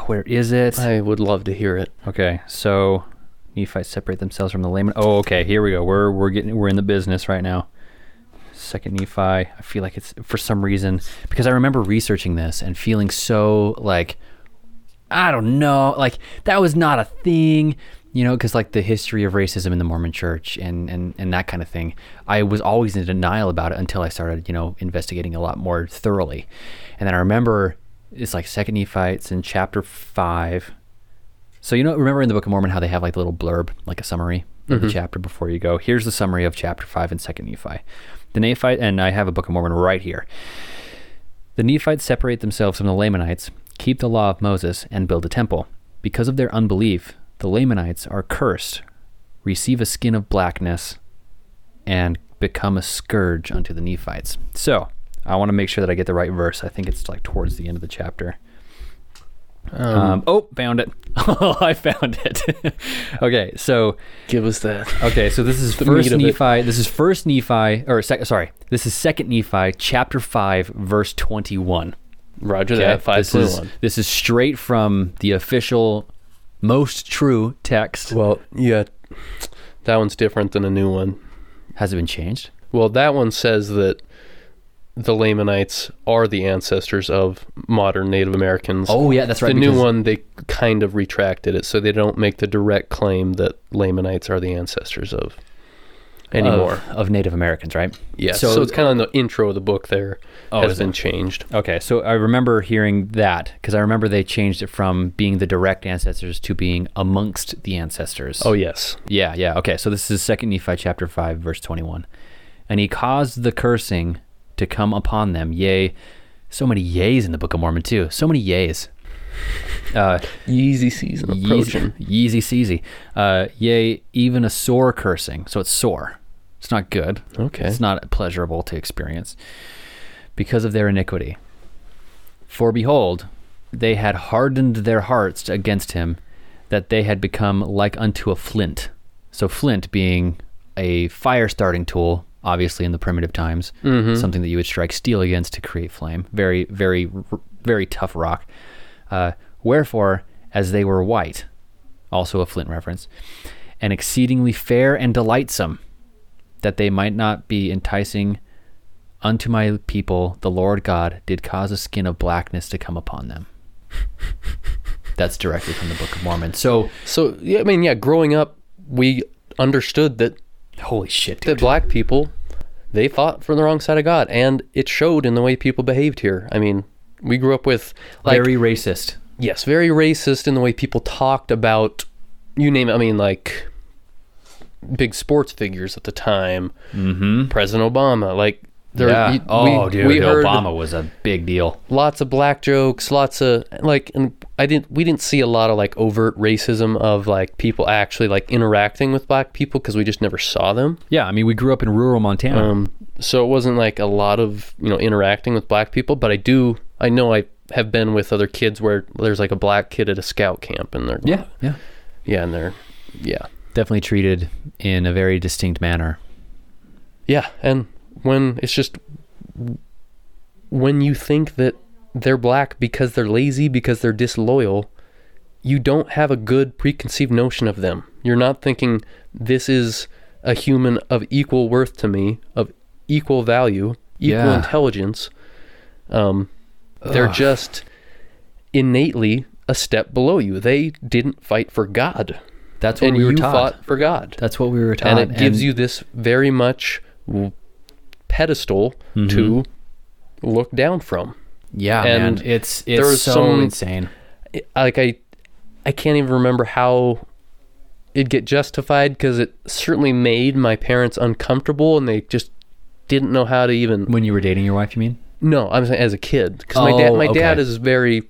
where is it?
I would love to hear it.
Okay, so Nephites separate themselves from the laymen. Oh, okay, here we go. We're we're getting we're in the business right now. Second Nephi. I feel like it's for some reason because I remember researching this and feeling so like I don't know, like that was not a thing, you know, because like the history of racism in the Mormon Church and and and that kind of thing. I was always in denial about it until I started, you know, investigating a lot more thoroughly, and then I remember it's like Second Nephi. It's in chapter five. So you know, remember in the Book of Mormon how they have like the little blurb, like a summary of the chapter before you go. Here's the summary of chapter five and Second Nephi. The Nephite, and I have a Book of Mormon right here. The Nephites separate themselves from the Lamanites, keep the law of Moses, and build a temple. Because of their unbelief, the Lamanites are cursed, receive a skin of blackness, and become a scourge unto the Nephites. So I want to make sure that I get the right verse. I think it's like towards the end of the chapter. Um, oh, found it. Oh, I found it. okay, so
Give us that.
okay, so this is
The
first
meat of it.
Nephi. This is first Nephi, or sec- sorry, this is second Nephi, chapter five, verse twenty-one.
Roger
Okay,
that. Five
this
point
is
one.
this is straight from the official, most true text.
Well, yeah, that one's different than a new one.
Has it been changed?
Well, that one says that the Lamanites are the ancestors of modern Native Americans.
Oh yeah, that's right.
the new
because-
one they kind of retracted it, so they don't make the direct claim that Lamanites are the ancestors of anymore.
of, of Native Americans, right?
yeah, so,
So,
it's kind of in the intro of the book there
Oh,
has
is it?
been changed.
okay, so I remember hearing that because I remember they changed it from being the direct ancestors to being amongst the ancestors.
Oh yes,
Yeah, yeah. Okay, so this is Second Nephi chapter five, verse twenty-one, and he caused the cursing to come upon them. Yea, so many yays in the Book of Mormon too. So many yays. Uh,
Yeezy season approaching.
Yeezy, Yeezy Seezy. Uh, yea, even a sore cursing. So it's sore. It's not good.
Okay.
It's not pleasurable to experience because of their iniquity. For behold, they had hardened their hearts against him, that they had become like unto a flint. So, flint being a fire starting tool, obviously in the primitive times, something that you would strike steel against to create flame. Very, very, r- very tough rock. Uh, Wherefore, as they were white, also a flint reference, and exceedingly fair and delightsome, that they might not be enticing unto my people, the Lord God did cause a skin of blackness to come upon them. That's directly from the Book of Mormon. So,
So yeah, I mean, yeah, growing up, we understood that
holy shit,
that
dude.
black people they fought for the wrong side of God, and it showed in the way people behaved here. I mean, we grew up with like
Very racist.
yes, very racist in the way people talked about you name it. I mean, like big sports figures at the time, mm-hmm. President Obama, like. There,
yeah.
you-
oh, dude,
heard-
Obama was a big deal.
lots of black jokes, lots of like, and I didn't, we didn't see a lot of like overt racism of like people actually like interacting with black people because we just never saw them.
Yeah, I mean, we grew up in rural Montana.
Um, so it wasn't like a lot of you know interacting with black people, but I do, I know I have been with other kids where there's like a black kid at a scout camp and they're
yeah, yeah.
yeah, and they're yeah,
Definitely treated in a very distinct manner.
yeah, and when it's just when you think that they're black because they're lazy, because they're disloyal, you don't have a good preconceived notion of them. You're not thinking, this is a human of equal worth to me, of equal value, equal
Yeah.
intelligence. Um, they're just innately a step below you. They didn't fight for God.
That's what
And
we were
you
taught.
fought for God
That's what we were taught.
and it gives you this very much w- pedestal to look down from.
yeah,
and
man. It's it's
there was
so
some-
insane.
I- Like I, I can't even remember how it'd get justified because it certainly made my parents uncomfortable, and they just didn't know how to even.
When you were dating your wife, you mean?
No, I'm saying as a kid because my dad,
Oh,
my dad
okay.
is very.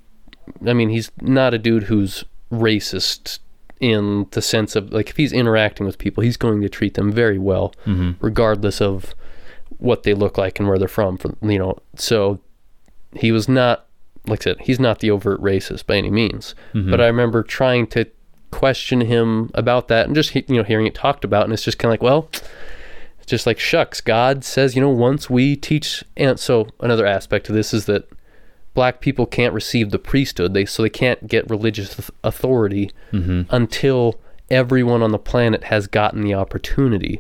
I mean, he's not a dude who's racist in the sense of like if he's interacting with people, he's going to treat them very well,
Mm-hmm.
regardless of what they look like and where they're from. From you know, so he was not like I said, he's not the overt racist by any means.
Mm-hmm.
But I remember trying to question him about that and just he- you know hearing it talked about, and it's just kind of like, well, it's just like shucks, God says, you know, once we teach, and so another aspect of this is that black people can't receive the priesthood, they so they can't get religious auth- authority
Mm-hmm.
until everyone on the planet has gotten the opportunity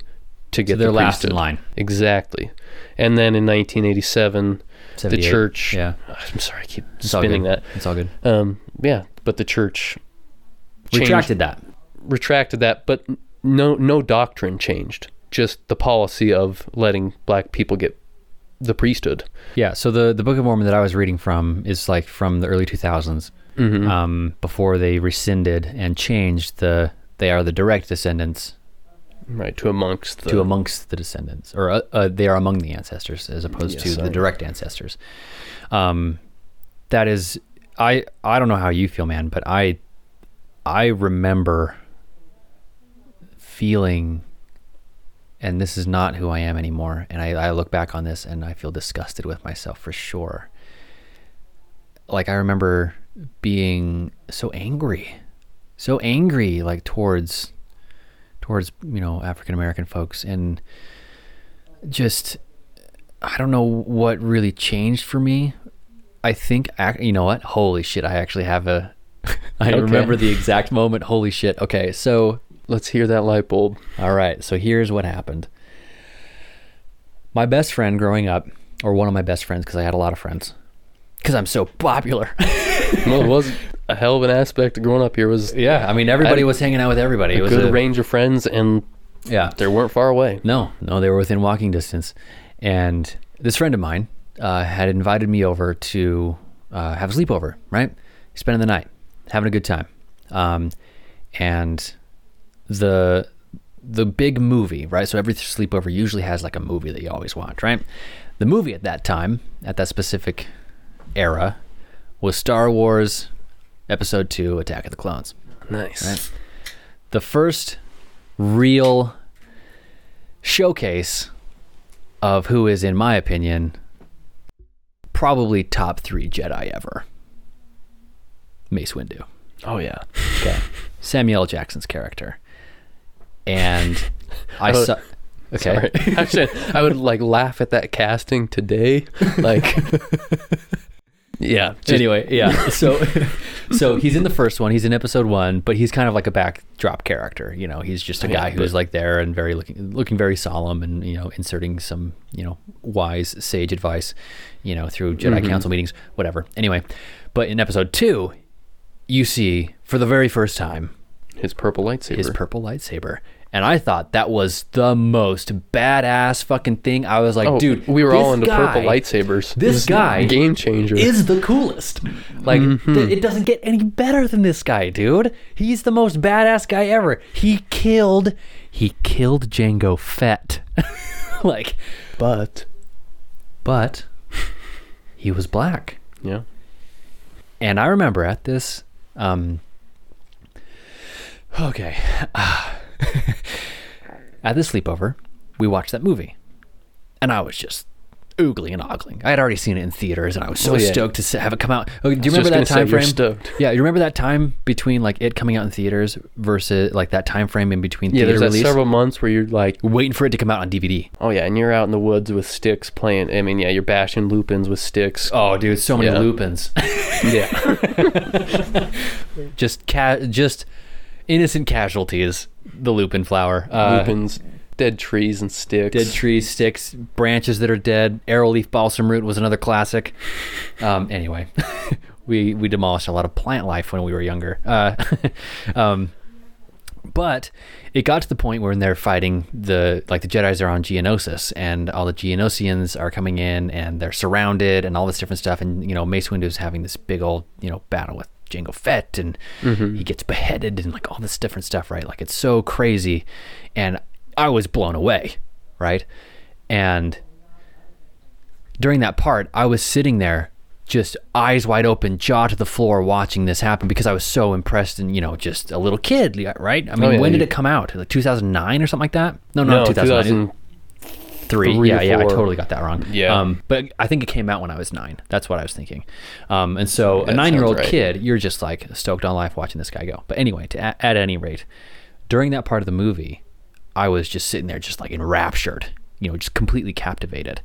to get
they're
the
last in
priesthood.
line.
Exactly. And then in 1987, the
78,
church.
yeah.
I'm sorry, I keep
It's all
spinning
good.
that.
It's all good.
Um, yeah, but the church changed-
Retracted that.
retracted that, but n- no, no doctrine changed. Just the policy of letting black people get the priesthood.
Yeah, so the the Book of Mormon that I was reading from is like from the early 2000s, um, before they rescinded and changed the they are the direct descendants
Right to amongst the
to amongst the descendants, or uh, uh, they are among the ancestors as opposed to the direct ancestors. Um, that is, I I don't know how you feel, man, but I I remember feeling, and this is not who I am anymore. And I, I look back on this and I feel disgusted with myself for sure. Like I remember being so angry, so angry, like towards towards you know African American folks and just I don't know what really changed for me. I think ac- you know what? Holy shit! I actually have a. I
Okay.
remember the exact moment. Holy shit! Okay, so
Let's hear that light bulb.
all right, so here's what happened. My best friend growing up, or one of my best friends, because I had a lot of friends, because I'm so popular.
Well, it was a hell of an aspect of growing up here. Was
yeah, I mean everybody
I-
was hanging out with everybody. It was
good
a,
range of friends, and
Yeah,
they weren't far away.
No, no, they were within walking distance. And this friend of mine uh, had invited me over to uh, have a sleepover, right? Spending the night, having a good time. Um, and the the big movie, right? So every sleepover usually has like a movie that you always watch, right? The movie at that time, at that specific era, was Star Wars Episode 2 Attack of the Clones
Nice.
the first real showcase of who is, in my opinion, probably top three Jedi ever. Mace Windu.
Oh yeah.
Okay. Samuel L. Jackson's character. And I
Oh,
saw. Okay.
Sorry. I said I would like laugh at that casting today. Like Yeah. just-
anyway, yeah. So, so he's in the first one. He's in episode one, but he's kind of like a backdrop character. You know, he's
Oh,
just a guy who's like there and very looking, looking very solemn, and you know, inserting some you know wise sage advice, you know, through Jedi
Mm-hmm.
Council meetings, whatever. Anyway, but in episode two, you see for the very first time
his purple lightsaber.
his purple lightsaber. And I thought that was the most badass fucking thing. I was like,
oh,
dude,
we were
this
all into purple
guy-
lightsabers.
this guy
game changer.
is the coolest. Like th- it doesn't get any better than this guy, dude. He's the most badass guy ever. He killed he killed Django Fett. like
but
but he was black.
yeah.
And I remember at this um okay. at the sleepover, we watched that movie. And I was just oogling and ogling. I had already seen it in theaters, and I was so
Oh, yeah.
stoked to se- have it come out. Oh, do you
I was
remember that
just gonna
time
say, you're
frame?
stoked.
Yeah, you remember that time between like it coming out in theaters versus like that time frame in between
Yeah,
theater
there's that
release,
several months where you're like,
waiting for it to come out on DVD.
oh yeah, and you're out in the woods with sticks playing. I mean, yeah, you're bashing lupins with sticks.
Oh, dude, so many
Yeah.
lupins. Oh,
yeah.
just ca- just innocent casualties. The lupin flower. Uh,
lupins, dead trees and sticks.
dead trees, sticks, branches that are dead. Arrowleaf balsam root was another classic. Um, anyway, we we demolished a lot of plant life when we were younger. Uh, um, but it got to the point where they're fighting the like the Jedi's are on Geonosis and all the Geonosians are coming in and they're surrounded and all this different stuff and you know Mace Windu's having this big old you know battle with Jango Fett and he gets beheaded and like all this different stuff right like it's so crazy and I was blown away right and during that part, I was sitting there, just eyes wide open, jaw to the floor, watching this happen because I was so impressed and, you know, just a little kid, li- right? I mean,
Oh, yeah,
when did
you-
it come out? Like 2009 or something like that? No, no,
No,
2009.
2000.
Three.
three
yeah,
or
yeah, I
four.
totally got that wrong.
Yeah.
Um, but I think it came out when I was nine. That's what I was thinking. Um, and so a nine year old
sounds right.
kid, you're just like stoked on life watching this guy go. But anyway, to, at, at any rate, during that part of the movie, I was just sitting there, just like enraptured, you know, just completely captivated.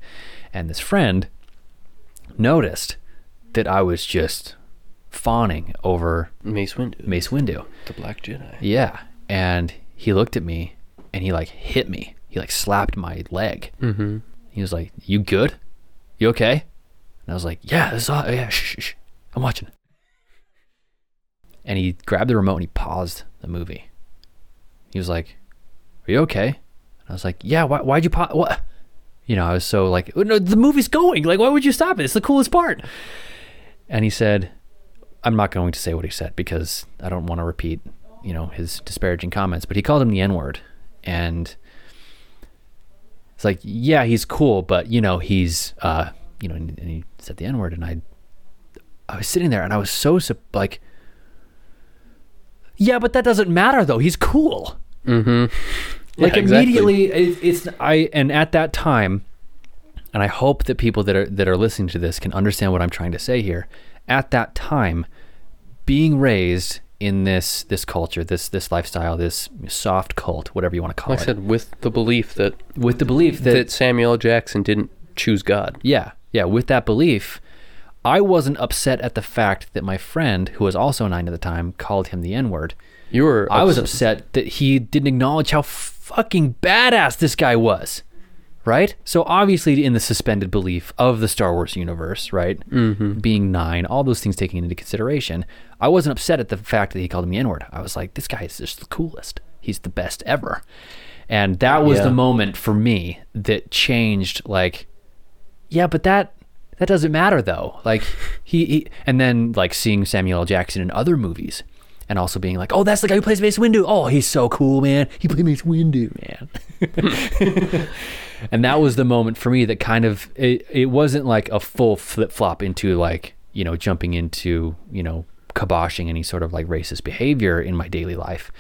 And this friend noticed that I was just fawning over
Mace Windu,
Mace Windu.
the Black Jedi.
Yeah. And he looked at me and he like hit me. He like slapped my leg. Mm-hmm. He was like, You good? You okay? And I was like, Yeah, this is all. Yeah, shh, shh, shh. I'm watching. And he grabbed the remote and he paused the movie. He was like, Are you okay? And I was like, Yeah, why, why'd you pause? What? You know, I was so like, "Oh, No, the movie's going. Like, why would you stop it? It's the coolest part. And he said, I'm not going to say what he said because I don't want to repeat, you know, his disparaging comments, but he called him the N word. And it's like, yeah, he's cool, but, you know, he's, uh, you know, and, and he said the N word. And I, I was sitting there and I was so, sup- like, yeah, but that doesn't matter though. He's cool. Mm-hmm. Like
Yeah, exactly.
immediately, it, it's I and at that time, and I hope that people that are that are listening to this can understand what I'm trying to say here. At that time, being raised in this this culture, this this lifestyle, this soft cult, whatever you want to call
Like I
it,
said, with the belief that
with the belief that,
that Samuel L. Jackson didn't choose God.
yeah, yeah, with that belief, I wasn't upset at the fact that my friend, who was also nine at the time, called him the N word.
You were.
I was upset that he didn't acknowledge how fucking badass this guy was. Right? So obviously in the suspended belief of the Star Wars universe, right? Mm-hmm. Being nine, all those things taken into consideration, I wasn't upset at the fact that he called him the N-word. I was like, this guy is just the coolest. He's the best ever. And that was
Yeah.
the moment for me that changed like yeah, but that that doesn't matter though. Like he, he and then like seeing Samuel L. Jackson in other movies and also being like, "Oh, that's the guy who plays Mace Windu. Oh, he's so cool, man. He played Mace Windu, man." and that was the moment for me that kind of it, it wasn't like a full flip-flop into like, you know, jumping into, you know, kiboshing any sort of like racist behavior in my daily life.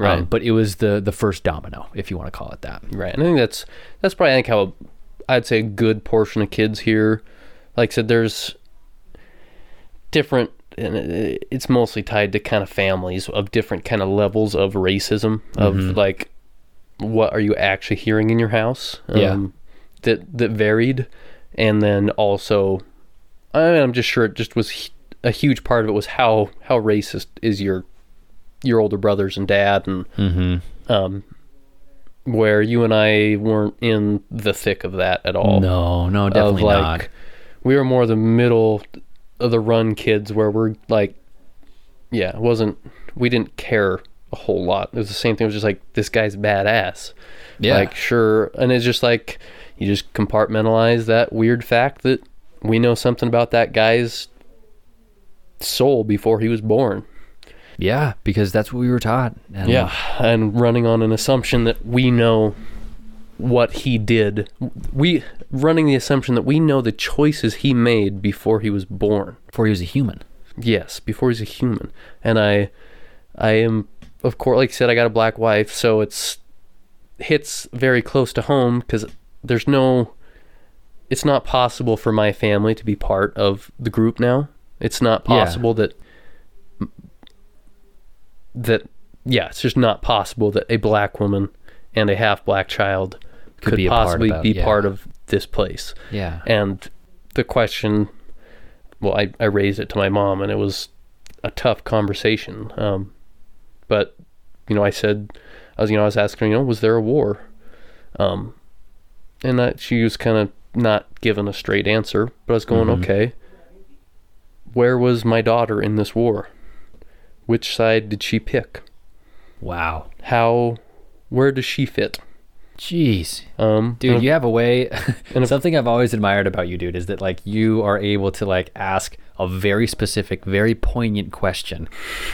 Um,
Right.
but it was the the first domino, if you want to call it that.
Right. And I think that's that's probably I think how I'd say a good portion of kids here like I said, there's different, and it- it's mostly tied to kind of families of different kind of levels of racism of like what are you actually hearing in your house? um,
Yeah.
that that varied, and then also, I mean, I'm just sure it just was hu- a huge part of it was how how racist is your your older brothers and dad and
Mm-hmm.
um, where you and I weren't in the thick of that at all
No, no, definitely
of like
not.
we were more the middle of the run kids where we're like yeah it wasn't we didn't care a whole lot it was the same thing it was just like this guy's badass
Yeah.
like sure and it's just like you just compartmentalize that weird fact that we know something about that guy's soul before he was born
yeah, because that's what we were taught. And
yeah and running on an assumption that we know what he did we running the assumption that we know the choices he made before he was born
Before he was a human.
yes before he's a human and i i am of course like i said i got a black wife so it's hits very close to home because there's no it's not possible for my family to be part of the group now it's not
Yeah.
possible that that yeah it's just not possible that a black woman and a half black child could,
be a part
possibly
about-
be
yeah.
part of this place
Yeah.
and the question, well, I, I raised it to my mom, and it was a tough conversation. Um, but, you know, I said, I was, you know, I was asking, her, you know, was there a war? Um, and that she was kind of not given a straight answer, but I was going, okay, where was my daughter in this war? Which side did she pick?
wow.
How, where does she fit?
Jeez.
Um,
Dude, you have a way.
if-
something I've always admired about you, dude, is that like you are able to like ask a very specific, very poignant question,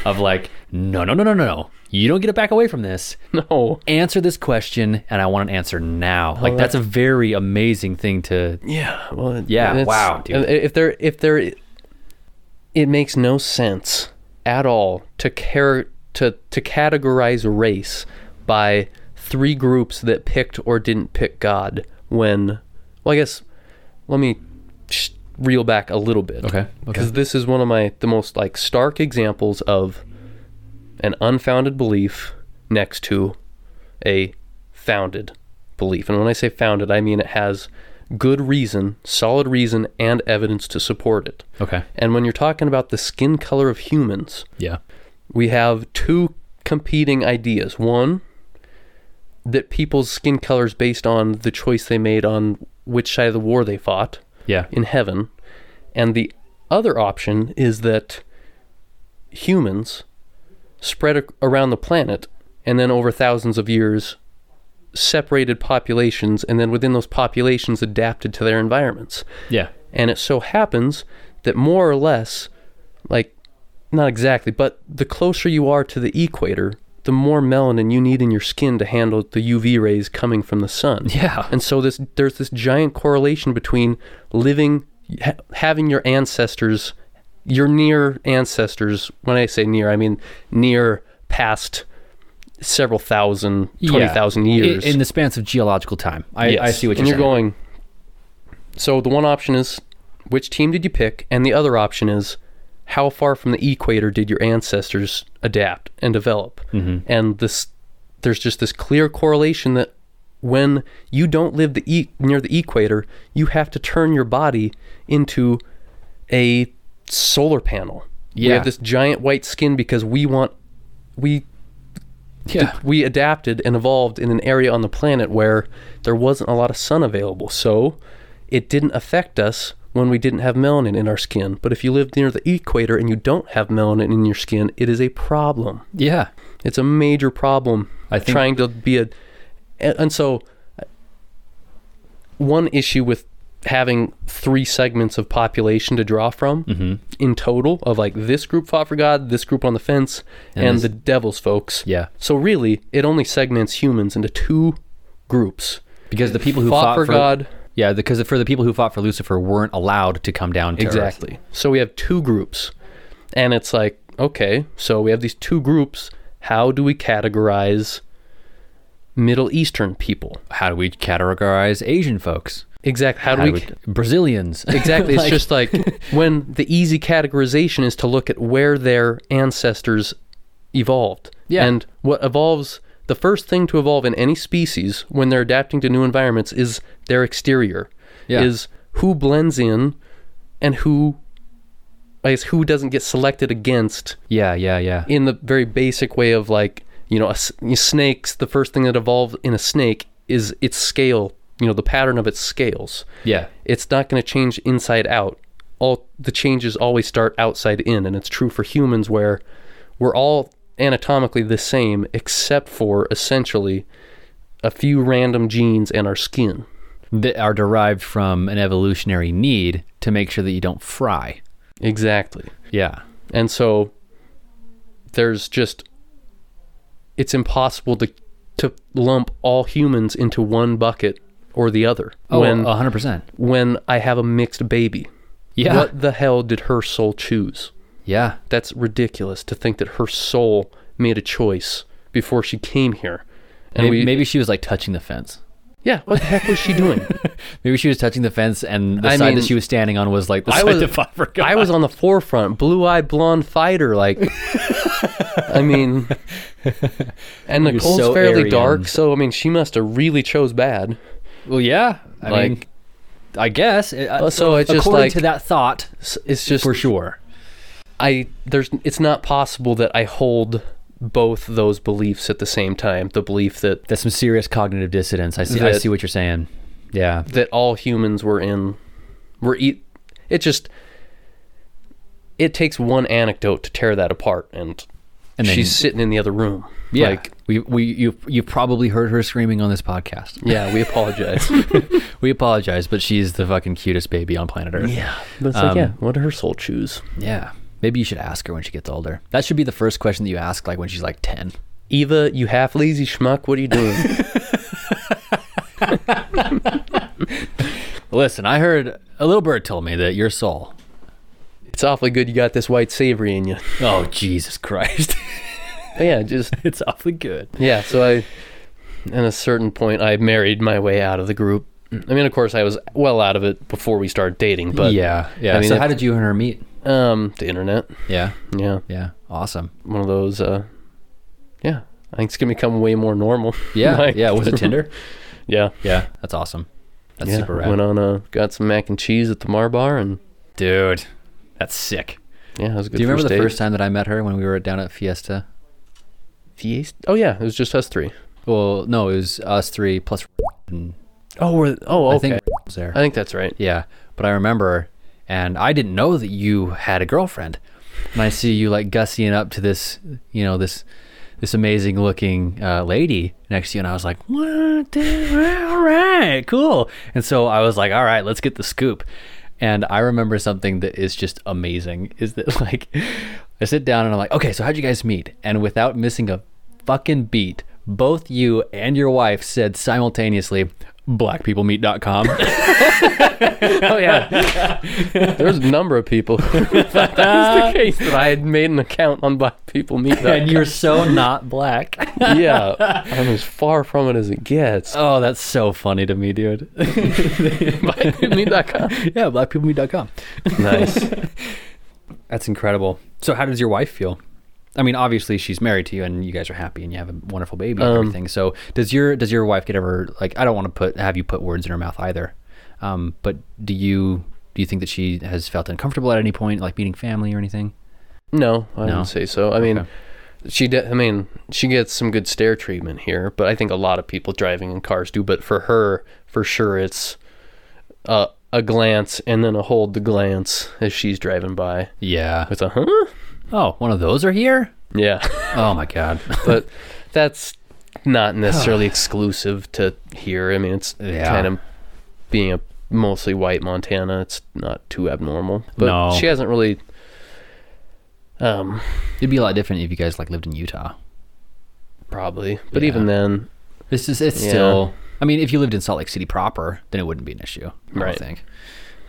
of like, no, no, no, no, no, no. You don't get to back away from this.
no.
Answer this question, and I want an answer
Oh,
now. Like that's a very amazing thing to.
Yeah. Well, it-
Yeah,
it's-
wow, dude.
and If there, if there, it makes no sense at all to care to to categorize race by three groups that picked or didn't pick God. When, well, I guess, let me sh- reel back a little bit.
Okay, okay.
Because this is one of my the most like stark examples of an unfounded belief next to a founded belief. And when I say founded, I mean it has good reason, solid reason, and evidence to support it.
Okay.
And when you're talking about the skin color of humans,
Yeah.
we have two competing ideas. One, that people's skin color is based on the choice they made on which side of the war they fought
Yeah.
in heaven. And the other option is that humans spread ac- around the planet and then over thousands of years separated populations and then within those populations adapted to their environments.
Yeah.
And it so happens that more or less, like, not exactly, but the closer you are to the equator, the more melanin you need in your skin to handle the UV rays coming from the sun.
Yeah.
And so this there's this giant correlation between living, ha- having your ancestors, your near ancestors. When I say near, I mean near past several thousand, twenty thousand
Yeah.
years.
I- in the spans of geological time. I, I
Yes.
see what
and
you're,
you're going. So the one option is which team did you pick, and the other option is how far from the equator did your ancestors adapt and develop? And this, there's just this clear correlation that when you don't live the e- near the equator, you have to turn your body into a solar panel. We
Yeah.
have this giant white skin because we want we
saying. Yeah.
we adapted and evolved in an area on the planet where there wasn't a lot of sun available. So it didn't affect us when we didn't have melanin in our skin. But if you live near the equator and you don't have melanin in your skin, it is a problem.
Yeah.
It's a major problem.
I think-
trying to be a, and, and so uh, one issue with having three segments of population to draw from
Mm-hmm.
in total of like this group fought for God, this group on the fence, and,
this-
the devil's folks.
Yeah.
So really, it only segments humans into two groups:
Because the people who
fought, for, God.
Yeah, because for the people who fought for Lucifer weren't allowed to come down to Earth.
Exactly. So we have two groups. And it's like, okay, so we have these two groups. How do we categorize Middle Eastern people?
How do we categorize Asian folks?
Exactly. How do
I
we?
would, Brazilians.
Exactly. It's
Like-
just like when the easy categorization is to look at where their ancestors evolved.
Yeah.
And what evolves, the first thing to evolve in any species when they're adapting to new environments is their exterior,
Yeah.
is who blends in and who, I guess, who doesn't get selected against
yeah, yeah, yeah.
in the very basic way of like you know a s snakes the first thing that evolved in a snake is its scale you know the pattern of its scales
Yeah.
it's not going to change inside out all the changes always start outside in and it's true for humans where we're all anatomically the same except for essentially a few random genes and our skin
That are derived from an evolutionary need to make sure that you don't fry.
exactly
Yeah.
And so there's just it's impossible to to lump all humans into one bucket or the other.
Oh,
when
100%.
when I have a mixed baby.
Yeah.
What the hell did her soul choose?
Yeah.
That's ridiculous to think that her soul made a choice before she came here. And
Maybe,
we
maybe she was like touching the fence.
Yeah, what the heck was she doing?
Maybe she was touching the fence, and the
I
side
mean,
that she was standing on was like the
I
side
was-
that fought for God.
I was on the forefront, blue eyed blonde fighter. Like, I mean, and Nicole's
so
fairly
Aryan.
dark, so I mean, she must have really chose bad.
Well, yeah. I mean,
Like-
I guess. It- uh,
so it's just
according
like-
to that thought,
S- It's just
for sure.
I there's it's not possible that I hold both those beliefs at the same time. The belief that
That's some serious cognitive dissonance. I see. I
That-
see what you're saying. Yeah.
that all humans were in were eat. It just it takes one anecdote to tear that apart, and,
And then-
she's sitting in the other room.
Yeah.
Like,
we we you you probably heard her screaming on this podcast.
yeah, we apologize.
We apologize, but she's the fucking cutest baby on planet Earth.
Yeah. But it's like, yeah, what did her soul choose?
Yeah. Maybe you should ask her when she gets older. That should be the first question that you ask, like when she's like ten.
Eva, you half lazy schmuck, what are you doing?
Listen, I heard a little bird told me that your soul.
it's awfully good you got this white savory in you.
Oh Jesus Christ!
But yeah, just,
it's awfully good.
yeah, so I, at a certain point, I married my way out of the group. I mean, of course, I was well out of it before we started dating, but
yeah. Yeah.
I mean,
so
if-
how did you and her meet?
um, the internet,
Yeah.
yeah,
Yeah. Awesome.
one of those, uh, yeah, I think it's gonna become way more normal.
Yeah.
Like-
yeah. Was it Tinder?
Yeah,
Yeah. That's awesome. That's
yeah.
super rad.
Went on, uh, got some mac and cheese at the Mar Bar, and
Dude, that's sick.
yeah, it was a good.
Do you remember the
date.
first time that I met her when we were down at Fiesta?
Fiesta? Oh yeah, it was just us three.
Well, no, it was us three plus. And
Oh, we're oh okay.
I think was there.
I think that's right.
Yeah, but I remember, and I didn't know that you had a girlfriend, and I see you like gussying up to this, you know, this this amazing looking uh, lady next to you, and I was like, what? the- All right, cool. And so I was like, all right, let's get the scoop. And I remember something that is just amazing is that like I sit down and I'm like, okay, so how'd you guys meet? And without missing a fucking beat, both you and your wife said simultaneously, blackpeoplemeet.com.
Oh yeah. there was a number of people who thought that was the case that I had made an account on Black People Meet.
and Uh, you're so not black.
yeah, I'm as far from it as it gets.
Oh, that's so funny to me, dude. Oh,
BlackPeopleMeet.com.
yeah, blackpeoplemeet.com.
Nice.
That's incredible. So, how does your wife feel? I mean, obviously she's married to you, and you guys are happy, and you have a wonderful baby and
Um,
everything. So, does your does your wife get ever like? I don't want to put have you put words in her mouth either. Um, but do you do you think that she has felt uncomfortable at any point, like meeting family or anything?
No, I
No.
wouldn't say so. I mean,
Okay.
she. De- I mean, she gets some good stare treatment here, but I think a lot of people driving in cars do. But for her, for sure, it's uh, a glance and then a hold the glance as she's driving by.
Yeah.
It's a huh?
Oh, one of those are here.
Yeah.
Oh my god.
but that's not necessarily exclusive to here. I mean, it's
Yeah.
kind of being a mostly white Montana. It's not too abnormal. But
No.
she hasn't really. Um,
It'd be a lot different if you guys like lived in Utah.
probably. But
Yeah.
even then,
This is it's
Yeah.
still. I mean, if you lived in Salt Lake City proper, then it wouldn't be an issue. I don't
Right.
think.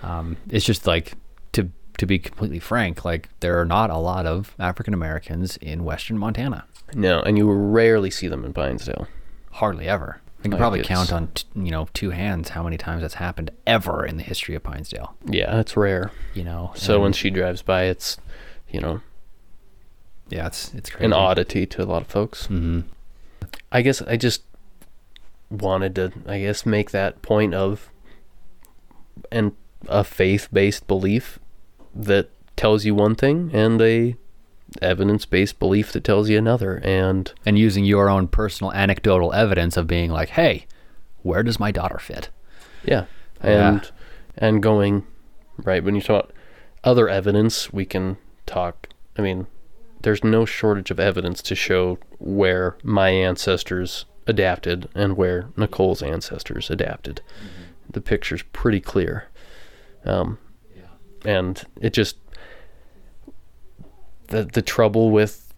Um, it's just like to to be completely frank, like there are not a lot of African Americans in Western Montana.
no. And you rarely see them in Pinesdale.
Hardly ever. I can
Like,
probably
it's-
count on t- you know two hands how many times that's happened ever in the history of Pinesdale.
Yeah, it's rare.
You know,
So
and-
when she drives by, it's, you know,
yeah, it's it's crazy.
an oddity to a lot of folks.
hmm
I guess I just wanted to, I guess, make that point of and a faith-based belief that tells you one thing and a evidence-based belief that tells you another and
And using your own personal anecdotal evidence of being like, hey, where does my daughter fit?
Yeah.
Yeah.
And and going right when you talk other evidence, we can talk. I mean, there's no shortage of evidence to show where my ancestors adapted and where Nicole's ancestors adapted. The picture's pretty clear. Um, and it just the the trouble with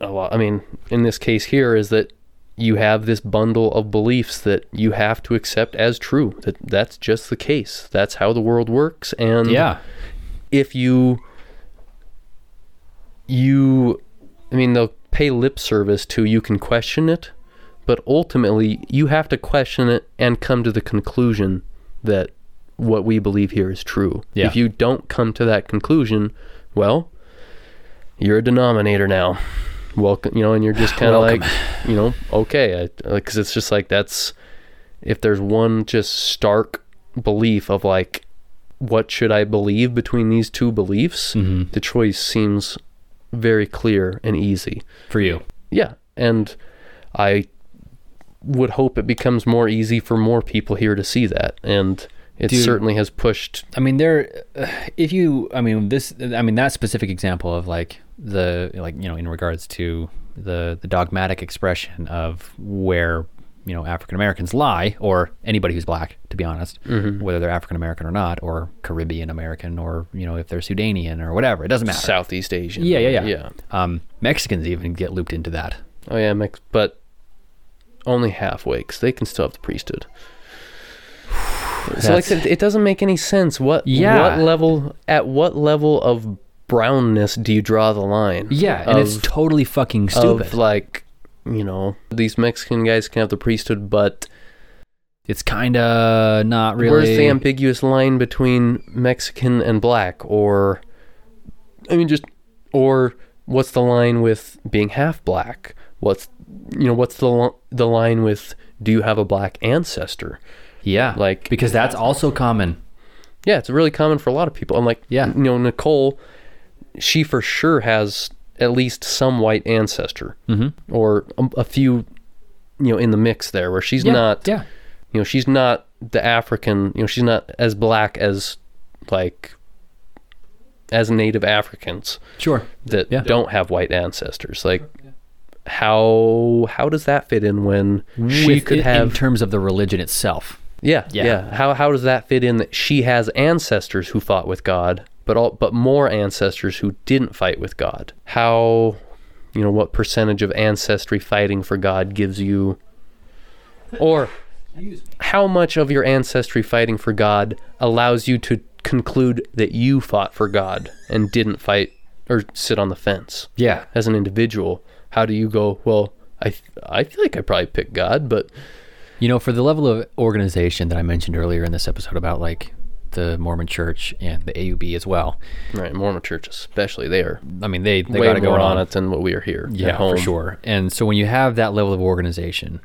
a lot. I mean, in this case here is that you have this bundle of beliefs that you have to accept as true. That that's just the case. That's how the world works. And
Yeah,
if you you I mean they'll pay lip service to you can question it, but ultimately you have to question it and come to the conclusion that what we believe here is true.
Yeah.
If you don't come to that conclusion, well, you're a denominator now. Welcome, you know, and you're just kind of like, you know, okay, because it's just like that's if there's one just stark belief of like what should I believe between these two beliefs,
Mm-hmm.
the choice seems very clear and easy.
for you.
Yeah, and I would hope it becomes more easy for more people here to see that, and it
Dude.
certainly has pushed.
I mean, there. If you, I mean, this. I mean, that specific example of like the like you know in regards to the the dogmatic expression of where you know African Americans lie or anybody who's black, to be honest,
Mm-hmm.
whether they're African American or not, or Caribbean American, or you know if they're Sudanian or whatever, it doesn't matter.
Southeast Asian.
yeah, yeah, yeah,
yeah.
Um, Mexicans even get looped into that.
Oh yeah, mix, but only halfway because they can still have the priesthood. so like I said, it doesn't make any sense. What
Yeah.
what level at what level of brownness do you draw the line?
Yeah, and it's
Of-
totally fucking stupid.
Of like you know these Mexican guys can have the priesthood, but
it's kind of not really.
where's the ambiguous line between Mexican and black, or I mean just or what's the line with being half black? What's you know what's the lo- the line with do you have a black ancestor?
yeah,
like-
because that's also common.
Yeah, it's really common for a lot of people. I'm like,
Yeah.
you know, Nicole, she for sure has at least some white ancestor, mm-hmm. or a, a few, you know, in the mix there, where she's not,
Yeah.
you know, she's not the African, you know, she's not as black as, like, as Native Africans
Sure.
that
Yeah.
don't have white ancestors. Like, how how does that fit in when she
With-
could
in-
have
in terms of the religion itself.
Yeah,
Yeah.
yeah. How how does that fit in that she has ancestors who fought with God, but all but more ancestors who didn't fight with God? How you know what percentage of ancestry fighting for God gives you or how much of your ancestry fighting for God allows you to conclude that you fought for God and didn't fight or sit on the fence?
Yeah.
as an individual, how do you go, well, I I feel like I probably picked God, but
You know, for the level of organization that I mentioned earlier in this episode about like the Mormon Church and the AUB as well.
Right, Mormon Church especially, they are
I mean, they they
way
got it
more
going
on
on.
it than what we are here.
yeah,
at home.
for sure. And so when you have that level of organization,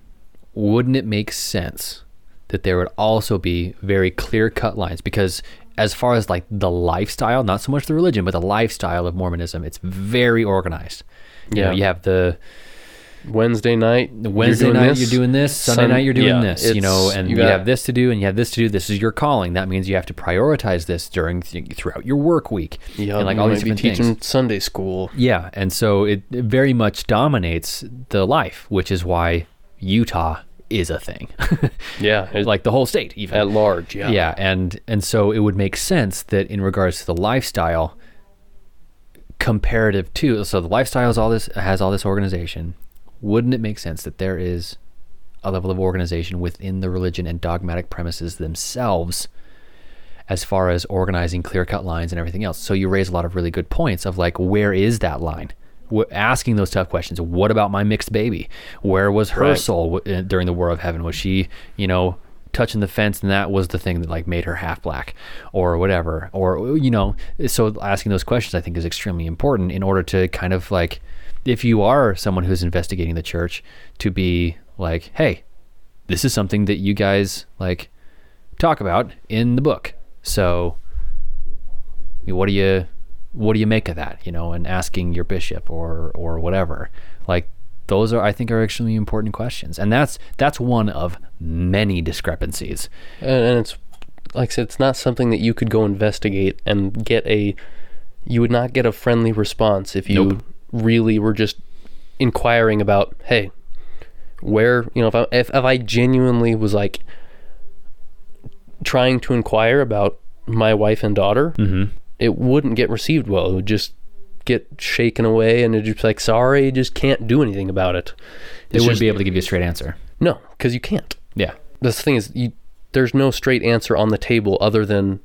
wouldn't it make sense that there would also be very clear cut lines? Because as far as like the lifestyle, not so much the religion, but the lifestyle of Mormonism, it's very organized. You know,
Yeah.
you have the
Wednesday night,
Wednesday
you're doing
night
this.
you're doing this, Sunday
Sun-
night you're doing
yeah,
this, you know,
it's-
and
you
you,
got-
have this to do and you have this to do. This is your calling. That means you have to prioritize this during throughout your work week,
Yeah,
and like
you
all
might
these
be
different
teaching
things.
Sunday school.
Yeah, and so it, it very much dominates the life, which is why Utah is a thing,
Yeah, it-
like the whole state even
at large. Yeah,
yeah and and so it would make sense that in regards to the lifestyle comparative to so the lifestyle is all this has all this organization wouldn't it make sense that there is a level of organization within the religion and dogmatic premises themselves as far as organizing clear cut lines and everything else so you raise a lot of really good points of like where is that line w- asking those tough questions. What about my mixed baby? Where was her
Right.
soul w- in- during the War of Heaven? Was she, you know, touching the fence and that was the thing that like made her half black or whatever? Or, you know, so asking those questions I think is extremely important in order to kind of like, if you are someone who's investigating the church, to be like, hey, this is something that you guys like talk about in the book. So what do you what do you make of that, you know, and asking your bishop or or whatever. Like those are I think are extremely important questions. And that's that's one of many discrepancies.
and, and it's like I said, it's not something that you could go investigate and get a. You would not get a friendly response if you really were just inquiring about, hey, where you know if I if, if I genuinely was like trying to inquire about my wife and daughter, it wouldn't get received well. It would just get shaken away, and it'd just be like, sorry, just can't do anything about it.
They wouldn't
just-
be able to give you a straight answer.
No, because you can't
Yeah.
the thing is you, there's no straight answer on the table other than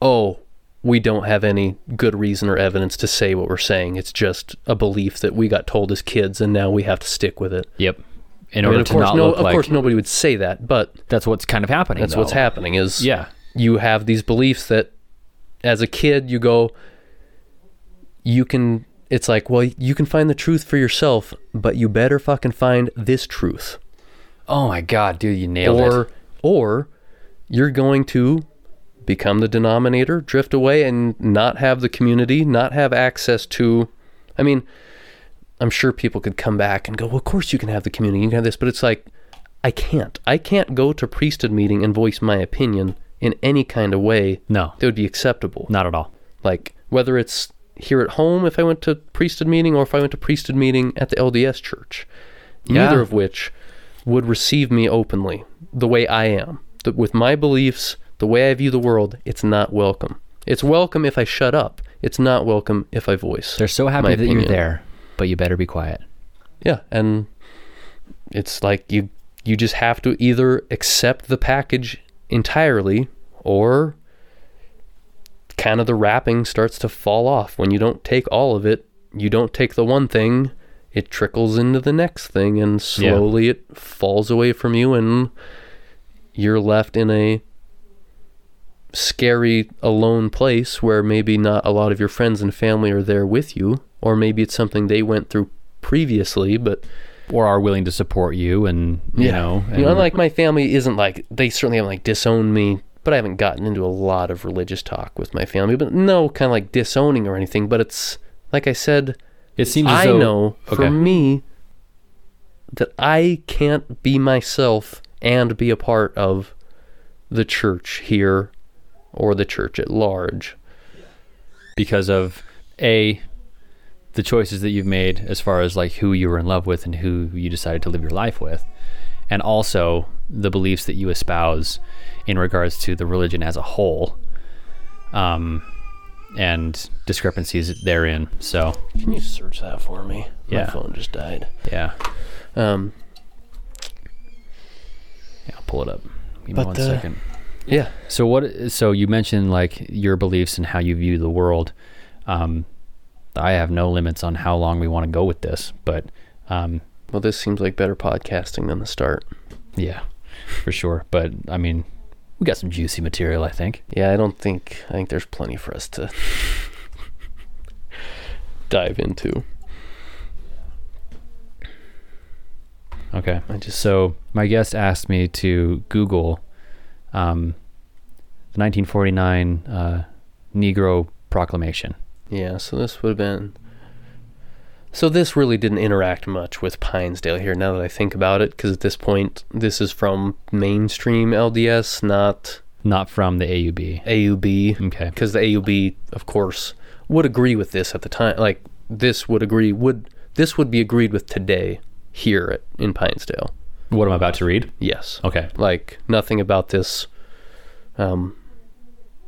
oh we don't have any good reason or evidence to say what we're saying it's just a belief that we got told as kids and now we have to stick with it
Yep.
I
In
mean,
order
of
to
course
not
no
look
of
like
course nobody would say that but
that's what's kind of happening.
that's what's
though.
happening is
Yeah.
you have these beliefs that as a kid you go you can it's like well you can find the truth for yourself but you better fucking find this truth
Oh my god, dude, you nailed
or
it.
or you're going to become the denominator, drift away and not have the community, not have access to I mean, I'm sure people could come back and go, "Well, of course you can have the community, you can have this," but it's like I can't. I can't go to priesthood meeting and voice my opinion in any kind of way
No.
that would be acceptable.
Not at all.
Like whether it's here at home if I went to priesthood meeting or if I went to priesthood meeting at the LDS church. Neither
Yeah.
of which would receive me openly the way I am. The, with my beliefs, the way I view the world, it's not welcome. It's welcome if I shut up. It's not welcome if I voice.
They're so happy
my
that you're
opinion.
there, but you better be quiet.
Yeah, and it's like you you just have to either accept the package entirely or kind of the wrapping starts to fall off when you don't take all of it, you don't take the one thing, it trickles into the next thing and slowly it falls away from you and you're left in a scary alone place where maybe not a lot of your friends and family are there with you or maybe it's something they went through previously but
Or are willing to support you and you know
you know
and-
unlike my family isn't like they certainly haven't like disowned me but i haven't gotten into a lot of religious talk with my family but no kind of like disowning or anything but it's like i said
it seems as
i
though-
know
Okay.
for me that i can't be myself and be a part of the church here or the church at large
because of a the choices that you've made as far as like who you were in love with and who you decided to live your life with and also the beliefs that you espouse in regards to the religion as a whole um and discrepancies therein so
Can you search that for me?
Yeah.
My phone just died.
yeah
Um,
yeah I'll pull it up give me
But
one
the-
second.
yeah.
So what? So you mentioned like your beliefs and how you view the world. Um, I have no limits on how long we want to go with this, but um,
Well, this seems like better podcasting than the start.
yeah, for sure. But I mean, we got some juicy material, I think.
Yeah, I don't think I think there's plenty for us to dive into.
Okay.
I just
So my guest asked me to Google um, the 1949 uh, Negro Proclamation.
yeah. So this would have been. So this really didn't interact much with Pinesdale here. Now that I think about it, because at this point, this is from mainstream LDS, not
Not from the AUB.
AUB.
Okay.
because the AUB, of course, would agree with this at the time. Like this would agree would this would be agreed with today here at, in Pinesdale.
What I'm about to read.
Yes.
Okay.
Like nothing about this. Um,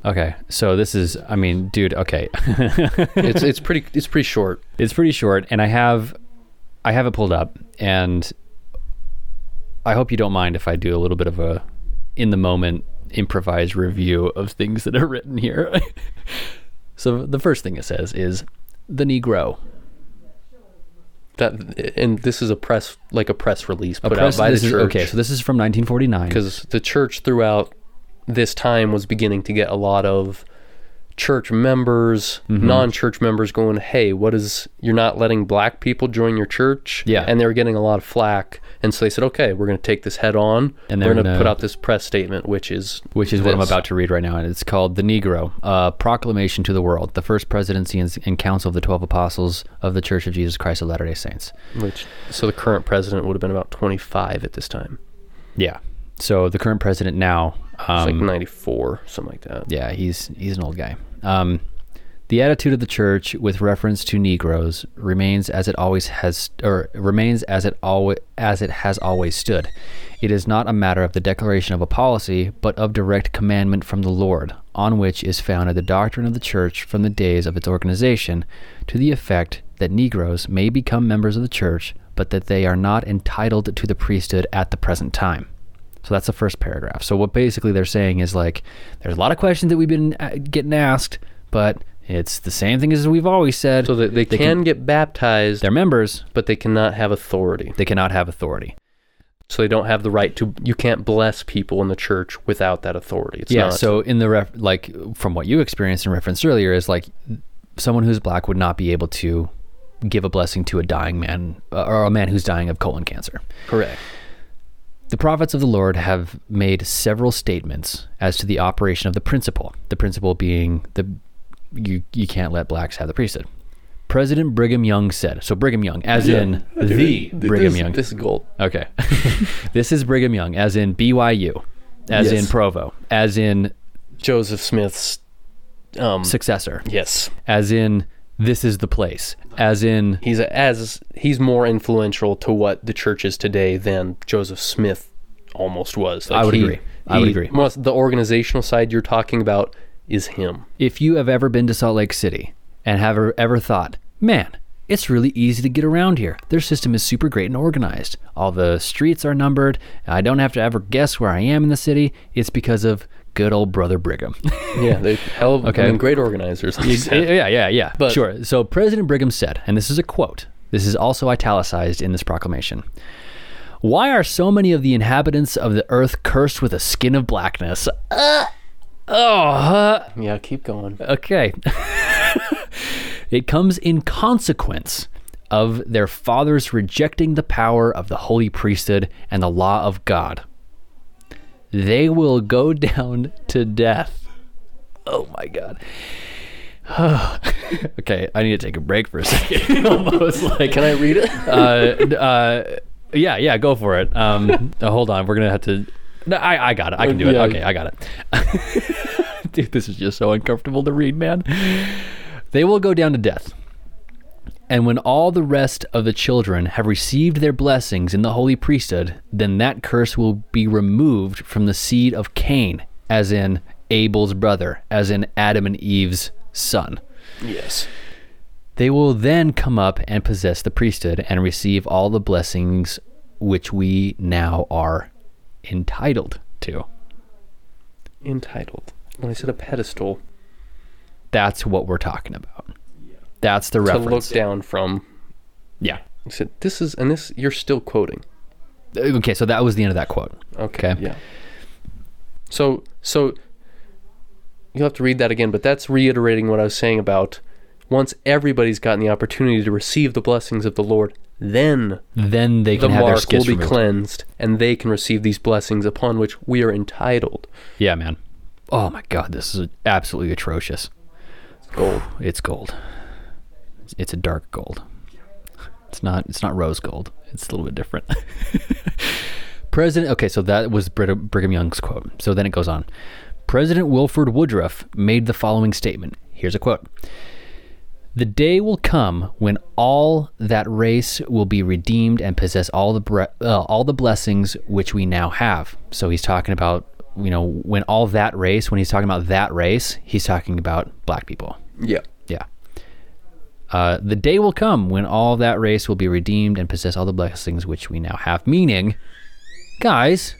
Okay. So this is. I mean, dude. Okay.
it's it's pretty it's pretty short.
it's pretty short and i have i have it pulled up and i hope you don't mind if i do a little bit of a in the moment improvised review of things that are written here so the first thing it says is the negro
that and this is a press like a press release put
Press-
out by the
this is-
church
okay, so this is from 1949.
because the church throughout this time was beginning to get a lot of church members,
Mm-hmm.
non-church members going, "Hey, what is you're not letting black people join your church?"
Yeah.
and they were getting a lot of flack, and so they said, "Okay, we're going to take this head on, and
And
we're
they're
going to
gonna-
put out this press statement, which is
which is what I'm
this."
about to read right now, and it's called "The Negro: A Proclamation to the World: The First Presidency and, and Council of the Twelve Apostles of the Church of Jesus Christ of Latter-day Saints."
Which so the current president would have been about 25 at this time,
Yeah. So the current president now,
it's
um,
like 94, something like that.
yeah, he's he's an old guy. Um, the attitude of the church with reference to Negroes remains as it always has, or remains as it always as it has always stood. It is not a matter of the declaration of a policy, but of direct commandment from the Lord, on which is founded the doctrine of the church from the days of its organization, to the effect that Negroes may become members of the church, but that they are not entitled to the priesthood at the present time. So that's the first paragraph. So what basically they're saying is like, there's a lot of questions that we've been uh, getting asked, but it's the same thing as we've always said.
So they, they, can, get baptized,
they're members,
but they cannot have authority.
they cannot have authority.
So they don't have the right to. You can't bless people in the church without that authority. It's
yeah.
Not,
So in the ref, like from what you experienced and referenced earlier, is like someone who's black would not be able to give a blessing to a dying man uh, or a man who's dying of colon cancer.
correct.
The prophets of the Lord have made several statements as to the operation of the principle. The principle being the you you can't let blacks have the priesthood. President Brigham Young said so. Brigham Young, as in the Brigham Young.
This is gold.
okay, this is Brigham Young, as in BYU, as in
Yes.
Provo, as in
Joseph Smith's. Um.
successor,
Yes,
as in this is the place, as in
he's a, as he's more influential to what the church is today than Joseph Smith almost was. Like,
I would
he-
agree. I would
he-
agree.
most- the organizational side you're talking about is him.
If you have ever been to Salt Lake City and have ever- ever thought, man, it's really easy to get around here. Their system is super great and organized. All the streets are numbered. I don't have to ever guess where I am in the city. It's because of good old brother Brigham.
Yeah, they hell. of-
Okay.
I mean, great organizers. like you said.
yeah, yeah, yeah.
But-
sure. So President Brigham said, and this is a quote. This is also italicized in this proclamation. Why are so many of the inhabitants of the earth cursed with a skin of blackness? Uh, oh, huh?
yeah, keep going.
Okay. it comes in consequence of their fathers rejecting the power of the holy priesthood and the law of God. They will go down to death. Oh my God. okay, I need to take a break for a second. Almost like
Can I read it?
uh, uh, yeah, yeah, go for it. Um, uh, hold on, we're gonna have to. No, I, I got it. I can do it.
Yeah.
Okay, I got it. Dude, this is just so uncomfortable to read, man. They will go down to death. And when all the rest of the children have received their blessings in the holy priesthood, then that curse will be removed from the seed of Cain, as in Abel's brother, as in Adam and Eve's son.
yes.
They will then come up and possess the priesthood and receive all the blessings which we now are entitled to.
Entitled. When I said a pedestal
That's what we're talking about. That's the
to look
reference.
down from,
Yeah.
I said this is and this you're still quoting.
Okay, so that was the end of that quote.
Okay.
Okay.
Yeah. So so you'll have to read that again, but that's reiterating what I was saying about once everybody's gotten the opportunity to receive the blessings of the Lord, then
Then they
the
can have their
mark will
skins
be
removed.
cleansed and they can receive these blessings upon which we are entitled.
Yeah, man. Oh my god, this is absolutely atrocious. Gold. It's gold. It's a dark gold. It's not it's not rose gold. It's a little bit different. President Okay, so that was Brit- Brigham Young's quote. So then it goes on. President Wilford Woodruff made the following statement. Here's a quote. The day will come when all that race will be redeemed and possess all the bre- uh, all the blessings which we now have. So he's talking about you know when all that race when he's talking about that race he's talking about black people.
Yeah.
Yeah. Uh, the day will come when all that race will be redeemed and possess all the blessings which we now have. Meaning, guys,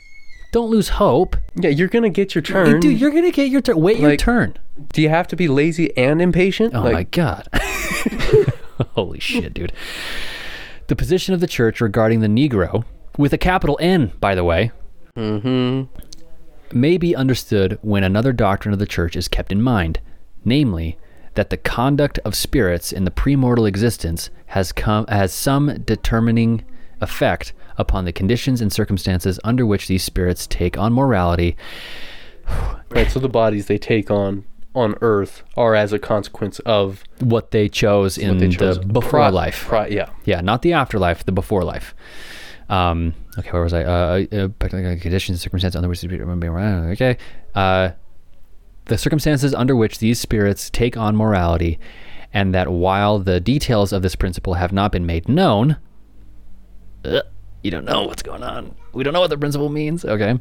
don't lose hope.
Yeah, you're gonna get your turn.
Dude, you're gonna get your turn. Wait your
Like-
turn.
Do you have to be lazy and impatient?
Oh my
like,
god. Holy shit, dude. The position of the church regarding the Negro, with a capital N, by the way,
Mm-hmm.
may be understood when another doctrine of the church is kept in mind, namely, that the conduct of spirits in the premortal existence has come has some determining effect upon the conditions and circumstances under which these spirits take on morality
Right, so the bodies they take on on Earth are as a consequence of
what they chose in
what they chose.
Mm, the before
Pri-
life.
pri- yeah.
Yeah, not the afterlife, the before life. Um, okay, where was I? Uh, uh, back to the conditions, circumstances under which these people okay. Uh, the circumstances under which these spirits take on morality, and that while the details of this principle have not been made known, Ugh, you don't know what's going on. We don't know what the principle means. Okay,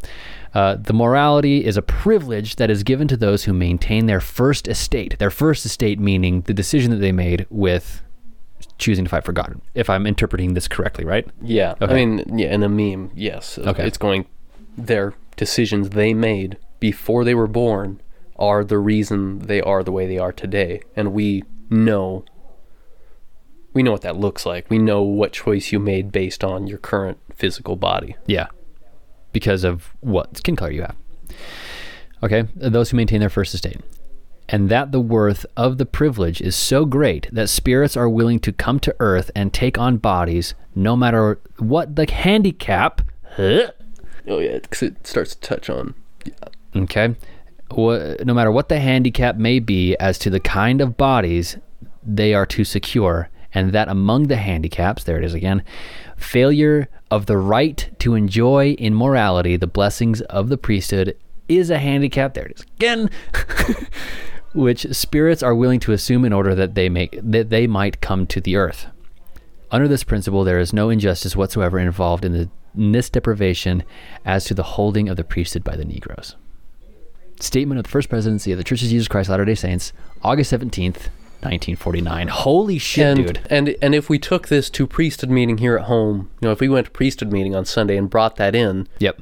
uh, the morality is a privilege that is given to those who maintain their first estate. Their first estate meaning the decision that they made with choosing to fight for God, if I'm interpreting this correctly, right?
Yeah.
Okay.
I mean, yeah, in a meme, yes.
Okay.
It's going their decisions they made before they were born are the reason they are the way they are today. And we know we know what that looks like. We know what choice you made based on your current physical body.
Yeah. Because of what skin color you have. Okay, those who maintain their first estate. And that the worth of the privilege is so great that spirits are willing to come to earth and take on bodies no matter what the handicap. Huh?
Oh yeah, because it starts to touch on
Okay. Wha- No matter what the handicap may be as to the kind of bodies they are to secure, and that among the handicaps, there it is again, failure of the right to enjoy in morality the blessings of the priesthood is a handicap. There it is again. which spirits are willing to assume in order that they make that they might come to the earth. Under this principle, there is no injustice whatsoever involved in, the, in this deprivation as to the holding of the priesthood by the Negroes. Statement of the First Presidency of the Church of Jesus Christ Latter day Saints, August 17th, 1949. Holy shit,
and,
dude.
And and if we took this to priesthood meeting here at home, you know, if we went to priesthood meeting on Sunday and brought that in,
Yep.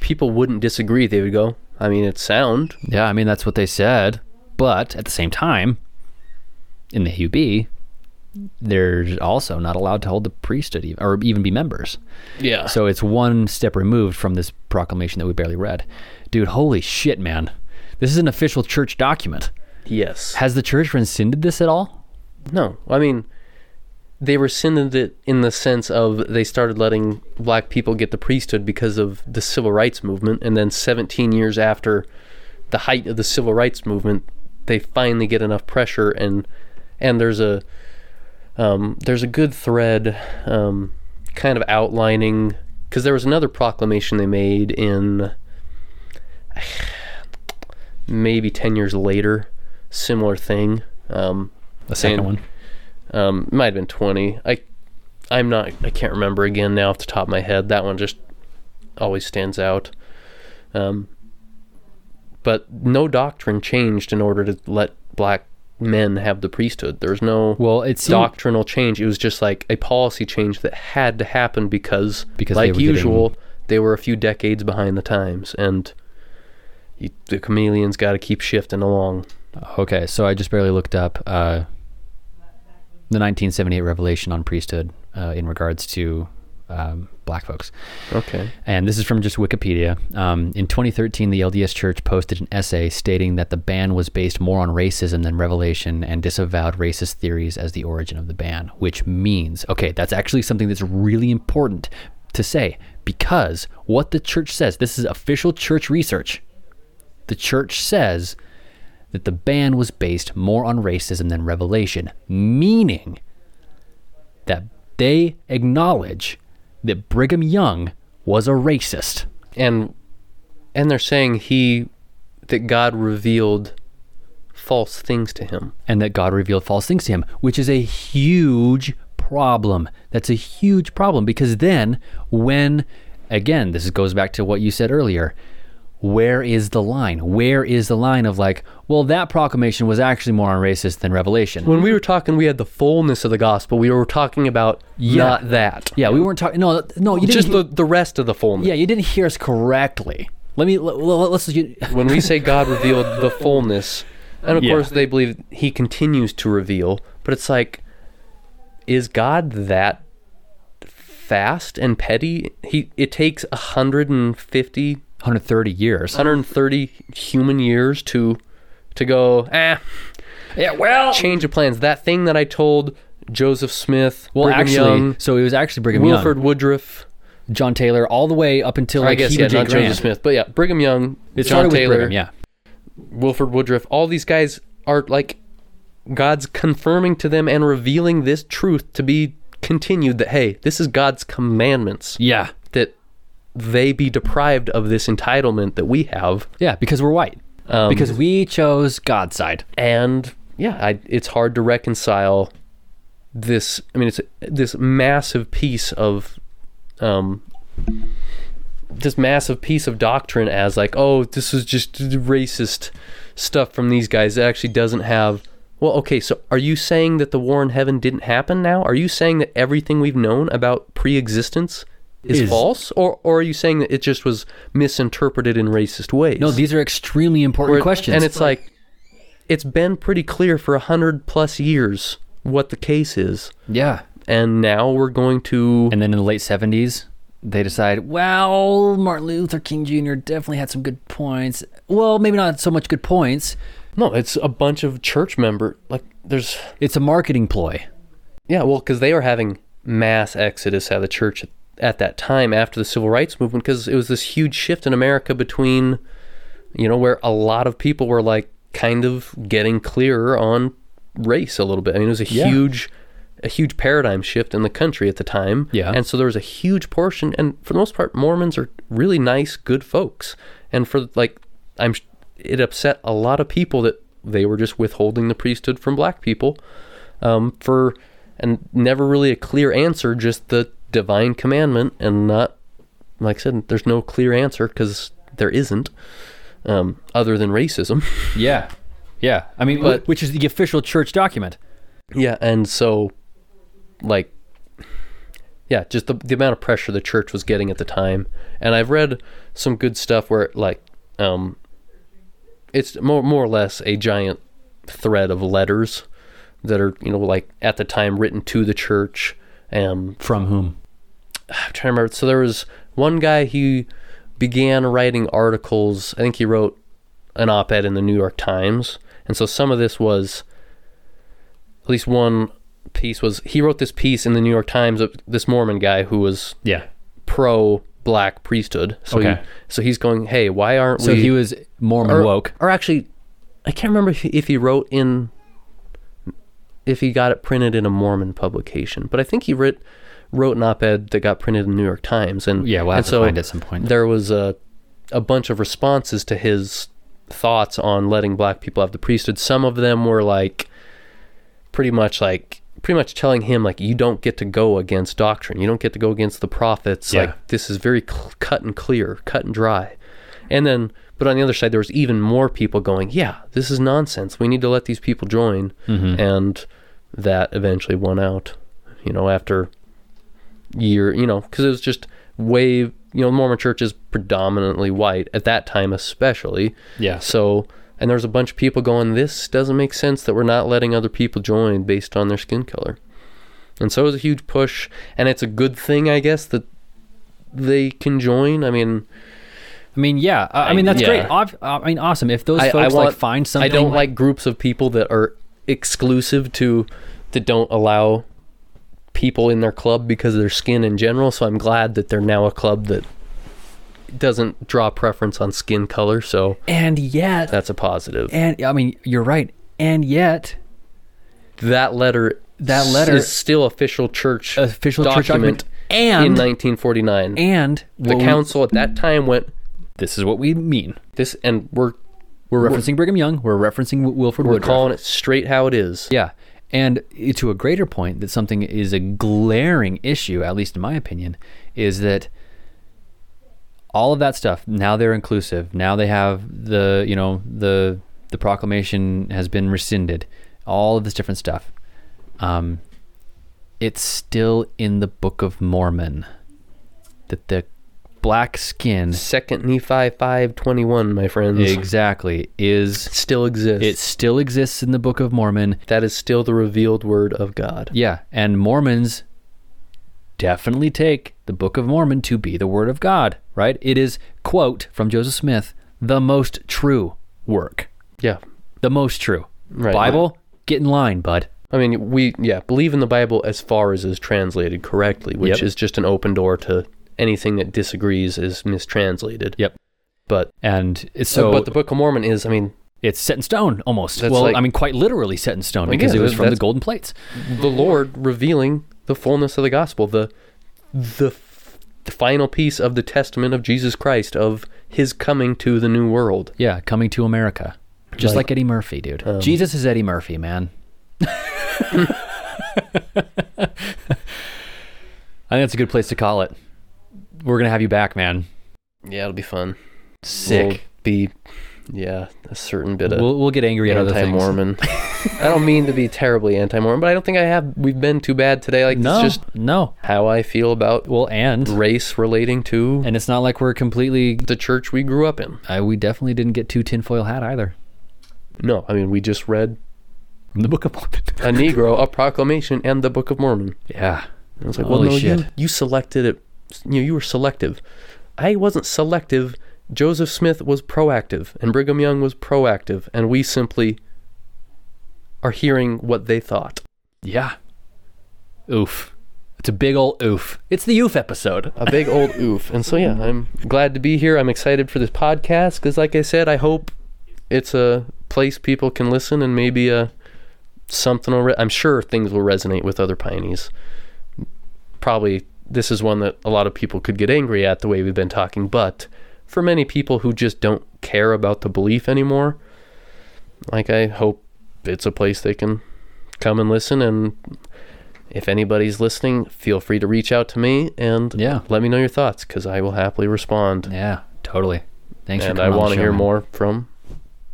people wouldn't disagree. They would go, I mean, it's sound.
Yeah, I mean, that's what they said. But at the same time, in the HUB, they're also not allowed to hold the priesthood e- or even be members.
Yeah. So
So it's one step removed from this proclamation that we barely read. Dude, holy shit, man. This is an official church document.
yes.
Has the church rescinded this at all?
No. I mean, they rescinded it in the sense of they started letting black people get the priesthood because of the civil rights movement, and then 17 years after the height of the civil rights movement, they finally get enough pressure, and and there's a um, there's a good thread um, kind of outlining because there was another proclamation they made in maybe 10 years later, similar thing. Um,
The second
And-
one.
um, it might have been 20 i i'm not i can't remember again now off the top of my head that one just always stands out um, but no doctrine changed in order to let black men have the priesthood there's no
Well, it's
doctrinal change it was just like a policy change that had to happen because
Because they
like
were getting-
usual they were a few decades behind the times and you, the chameleon's got to keep shifting along
Okay, so I just barely looked up uh, the 1978 revelation on priesthood uh, in regards to um, black folks.
okay
And this is from just Wikipedia. Um, in 2013, the LDS Church posted an essay stating that the ban was based more on racism than revelation and disavowed racist theories as the origin of the ban, which means, okay, that's actually something that's really important to say because what the church says, this is official church research. The church says that the ban was based more on racism than revelation, meaning that they acknowledge that Brigham Young was a racist.
and and they're saying he that God revealed false things to him.
and that God revealed false things to him, which is a huge problem. That's a huge problem because then, when again, this goes back to what you said earlier. Where is the line? Where is the line of like, well, that proclamation was actually more on racist than revelation?
When we were talking, we had the fullness of the gospel. We were talking about not that.
yeah, we weren't talking. No, no, you didn't.
just
hear-
the, the rest of the fullness.
yeah, you didn't hear us correctly. Let me. Let, let, let's. You,
When we say God revealed the fullness, and of
Yeah.
course they believe he continues to reveal, but it's like, is God that fast and petty. He it takes 150
130 years.
uh, 130 human years to to go ah
Yeah, well,
change of plans. That thing that I told Joseph Smith,
well,
Brigham
actually,
Young,
so it was actually Brigham
Wilford
Young,
Woodruff.
John Taylor, all the way up until like
I guess
Heber
yeah,
J.
not
Graham.
Joseph Smith, but yeah, Brigham Young,
It
John
started with
Taylor,
Brigham, yeah.
Wilford Woodruff. All these guys are like God's confirming to them and revealing this truth to be continued. That hey, this is God's commandments.
Yeah.
that they be deprived of this entitlement that we have.
Yeah, because we're white.
Um,
because we chose God's side.
and yeah, I, it's hard to reconcile this. I mean, it's this massive piece of, um, this massive piece of doctrine as like, oh, this is just racist stuff from these guys. It actually doesn't have. Well, okay, so are you saying that the war in heaven didn't happen now? Are you saying that everything we've known about pre existence is,
Is-
false? Or, or are you saying that it just was misinterpreted in racist ways?
No, these are extremely important
Where-
questions.
And it's like, it's been pretty clear for a hundred plus years what the case is,
yeah.
and now we're going to.
And then in the late 70s, they decide, well, Martin Luther King Jr. definitely had some good points. Well, maybe not so much good points.
no, it's a bunch of church member. Like, there's
It's a marketing ploy.
yeah, well, because they were having mass exodus out of the church at, at that time after the civil rights movement, because it was this huge shift in America between, you know, where a lot of people were like kind of getting clearer on race a little bit. I mean, it was a
Yeah.
huge a huge paradigm shift in the country at the time.
Yeah.
And so there was a huge portion, and for the most part, Mormons are really nice, good folks. And for like, I'm, sh- it upset a lot of people that they were just withholding the priesthood from black people, um, for, and never really a clear answer, just the divine commandment, and not, like I said, there's no clear answer because there isn't, um, other than racism.
Yeah. Yeah. I mean,
But-
which is the official church document.
Yeah, and so, like, yeah, just the, the amount of pressure the church was getting at the time, and I've read some good stuff where, like, um, it's more more or less a giant thread of letters that are you know like at the time written to the church, um,
From whom?
I'm trying to remember. So there was one guy who began writing articles. I think he wrote an op-ed in the New York Times, and so some of this was, at least one piece was he wrote this piece in the New York Times of this Mormon guy who was
Yeah.
pro black priesthood. So he-
Okay.
so he's going, hey, why aren't
So
we?
he was Mormon
or,
woke.
or actually, I can't remember if he, if he wrote in, if he got it printed in a Mormon publication, but I think he writ, wrote an op-ed that got printed in the New York Times, and
Yeah, we'll have
and
to find it at some point.
There was a, a bunch of responses to his thoughts on letting black people have the priesthood. Some of them were like, pretty much like pretty much telling him like you don't get to go against doctrine you don't get to go against the prophets
Yeah.
like this is very cl- cut and clear cut and dry and then but on the other side there was even more people going yeah this is nonsense we need to let these people join and that eventually won out you know after year you know because it was just way you know mormon church is predominantly white at that time especially
Yeah.
so, and there's a bunch of people going, this doesn't make sense that we're not letting other people join based on their skin color. And so it was a huge push. And it's a good thing, I guess, that they can join. I mean,
I mean, yeah. I, I mean, that's
yeah.
great. Ob- I mean, awesome. If those
I,
folks
I want,
like find something,
I don't like groups of people that are exclusive to, that don't allow people in their club because of their skin in general. So I'm glad that they're now a club that doesn't draw preference on skin color. So
and yet,
that's a positive.
and I mean, you're right. And yet,
that letter
That
s-
letter-
is still official church
official church document
in
and
1949
and
the
what we-
council at that time went
This is what we mean.
this and we're
We're referencing Brigham Young. We're referencing Wi- Wilford
we're
Woodruff.
calling it straight how it is
yeah, and i- to a greater point, that something is a glaring issue, at least in my opinion, is that all of that stuff now they're inclusive. Now they have the you know the the proclamation has been rescinded. All of this different stuff. Um, it's still in the Book of Mormon that the black skin
second nephi 521 my friends
exactly is
still exists
It still exists in the Book of Mormon.
that is still the revealed word of god
Yeah, and Mormons definitely take the Book of Mormon to be the Word of God, right? It is, quote, from Joseph Smith, the most true work.
Yeah.
The most true.
Right.
Bible, get in line, bud.
I mean, we yeah believe in the Bible as far as is translated correctly, which
Yep.
is just an open door to anything that disagrees is mistranslated.
Yep.
But
And it's so
Uh, but the Book of Mormon is, I mean,
it's set in stone almost.
That's
Well,
like-
I mean, quite literally set in stone because
yeah,
it was from the
that's-
golden plates.
the Lord revealing the fullness of the gospel, the the, f- the final piece of the testament of Jesus Christ of His coming to the new world.
Yeah, coming to America. Just
Like-
like, um, Eddie Murphy, dude. Jesus is Eddie Murphy, man. I think that's a good place to call it. We're going to have you back, man.
Yeah, it'll be fun. We'll
Sick.
be yeah a certain bit of
We'll, we'll, get angry at other things.
anti-Mormon. I don't mean to be terribly anti-Mormon, but I don't think I have. We've been too bad today. Like
No,
it's just
no.
how I feel about
Well, and
race relating to
and it's not like we're completely.
the church we grew up in.
I, we definitely didn't get too tinfoil hat either.
No, I mean we just read
From the Book of Mormon.
a Negro, a Proclamation, and the Book of Mormon.
yeah.
I was like,
Holy
well, no,
shit.
you you selected it. You you were selective. I wasn't selective. Joseph Smith was proactive, and Brigham Young was proactive, and we simply are hearing what they thought.
Yeah. Oof. It's a big old oof. It's the oof episode.
a big old oof. And so yeah, I'm glad to be here. I'm excited for this podcast because, like I said, I hope it's a place people can listen and maybe uh, something will. Re- I'm sure things will resonate with other pioneers. Probably this is one that a lot of people could get angry at the way we've been talking, but for many people who just don't care about the belief anymore, like I hope it's a place they can come and listen and if anybody's listening, feel free to reach out to me and
Yeah.
let me know your thoughts because I will happily respond.
Yeah, totally. Thanks
and
for
I
coming on the
want to
show,
hear
man.
more from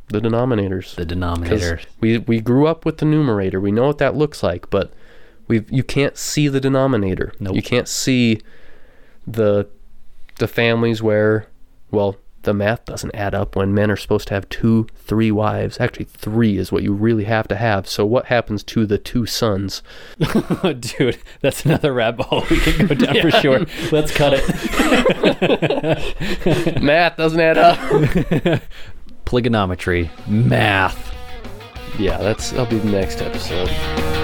the denominators.
The
'Cause
denominator.
we we grew up with the numerator. We know what that looks like, but we you can't see the denominator.
Nope.
You can't see the the families where well the math doesn't add up when men are supposed to have two, three wives. Actually, three is what you really have to have. So what happens to the two sons?
Dude, that's another rabbit hole we can go down for sure. Let's cut it.
math doesn't add up.
Polygonometry, math.
yeah, that's that'll be the next episode.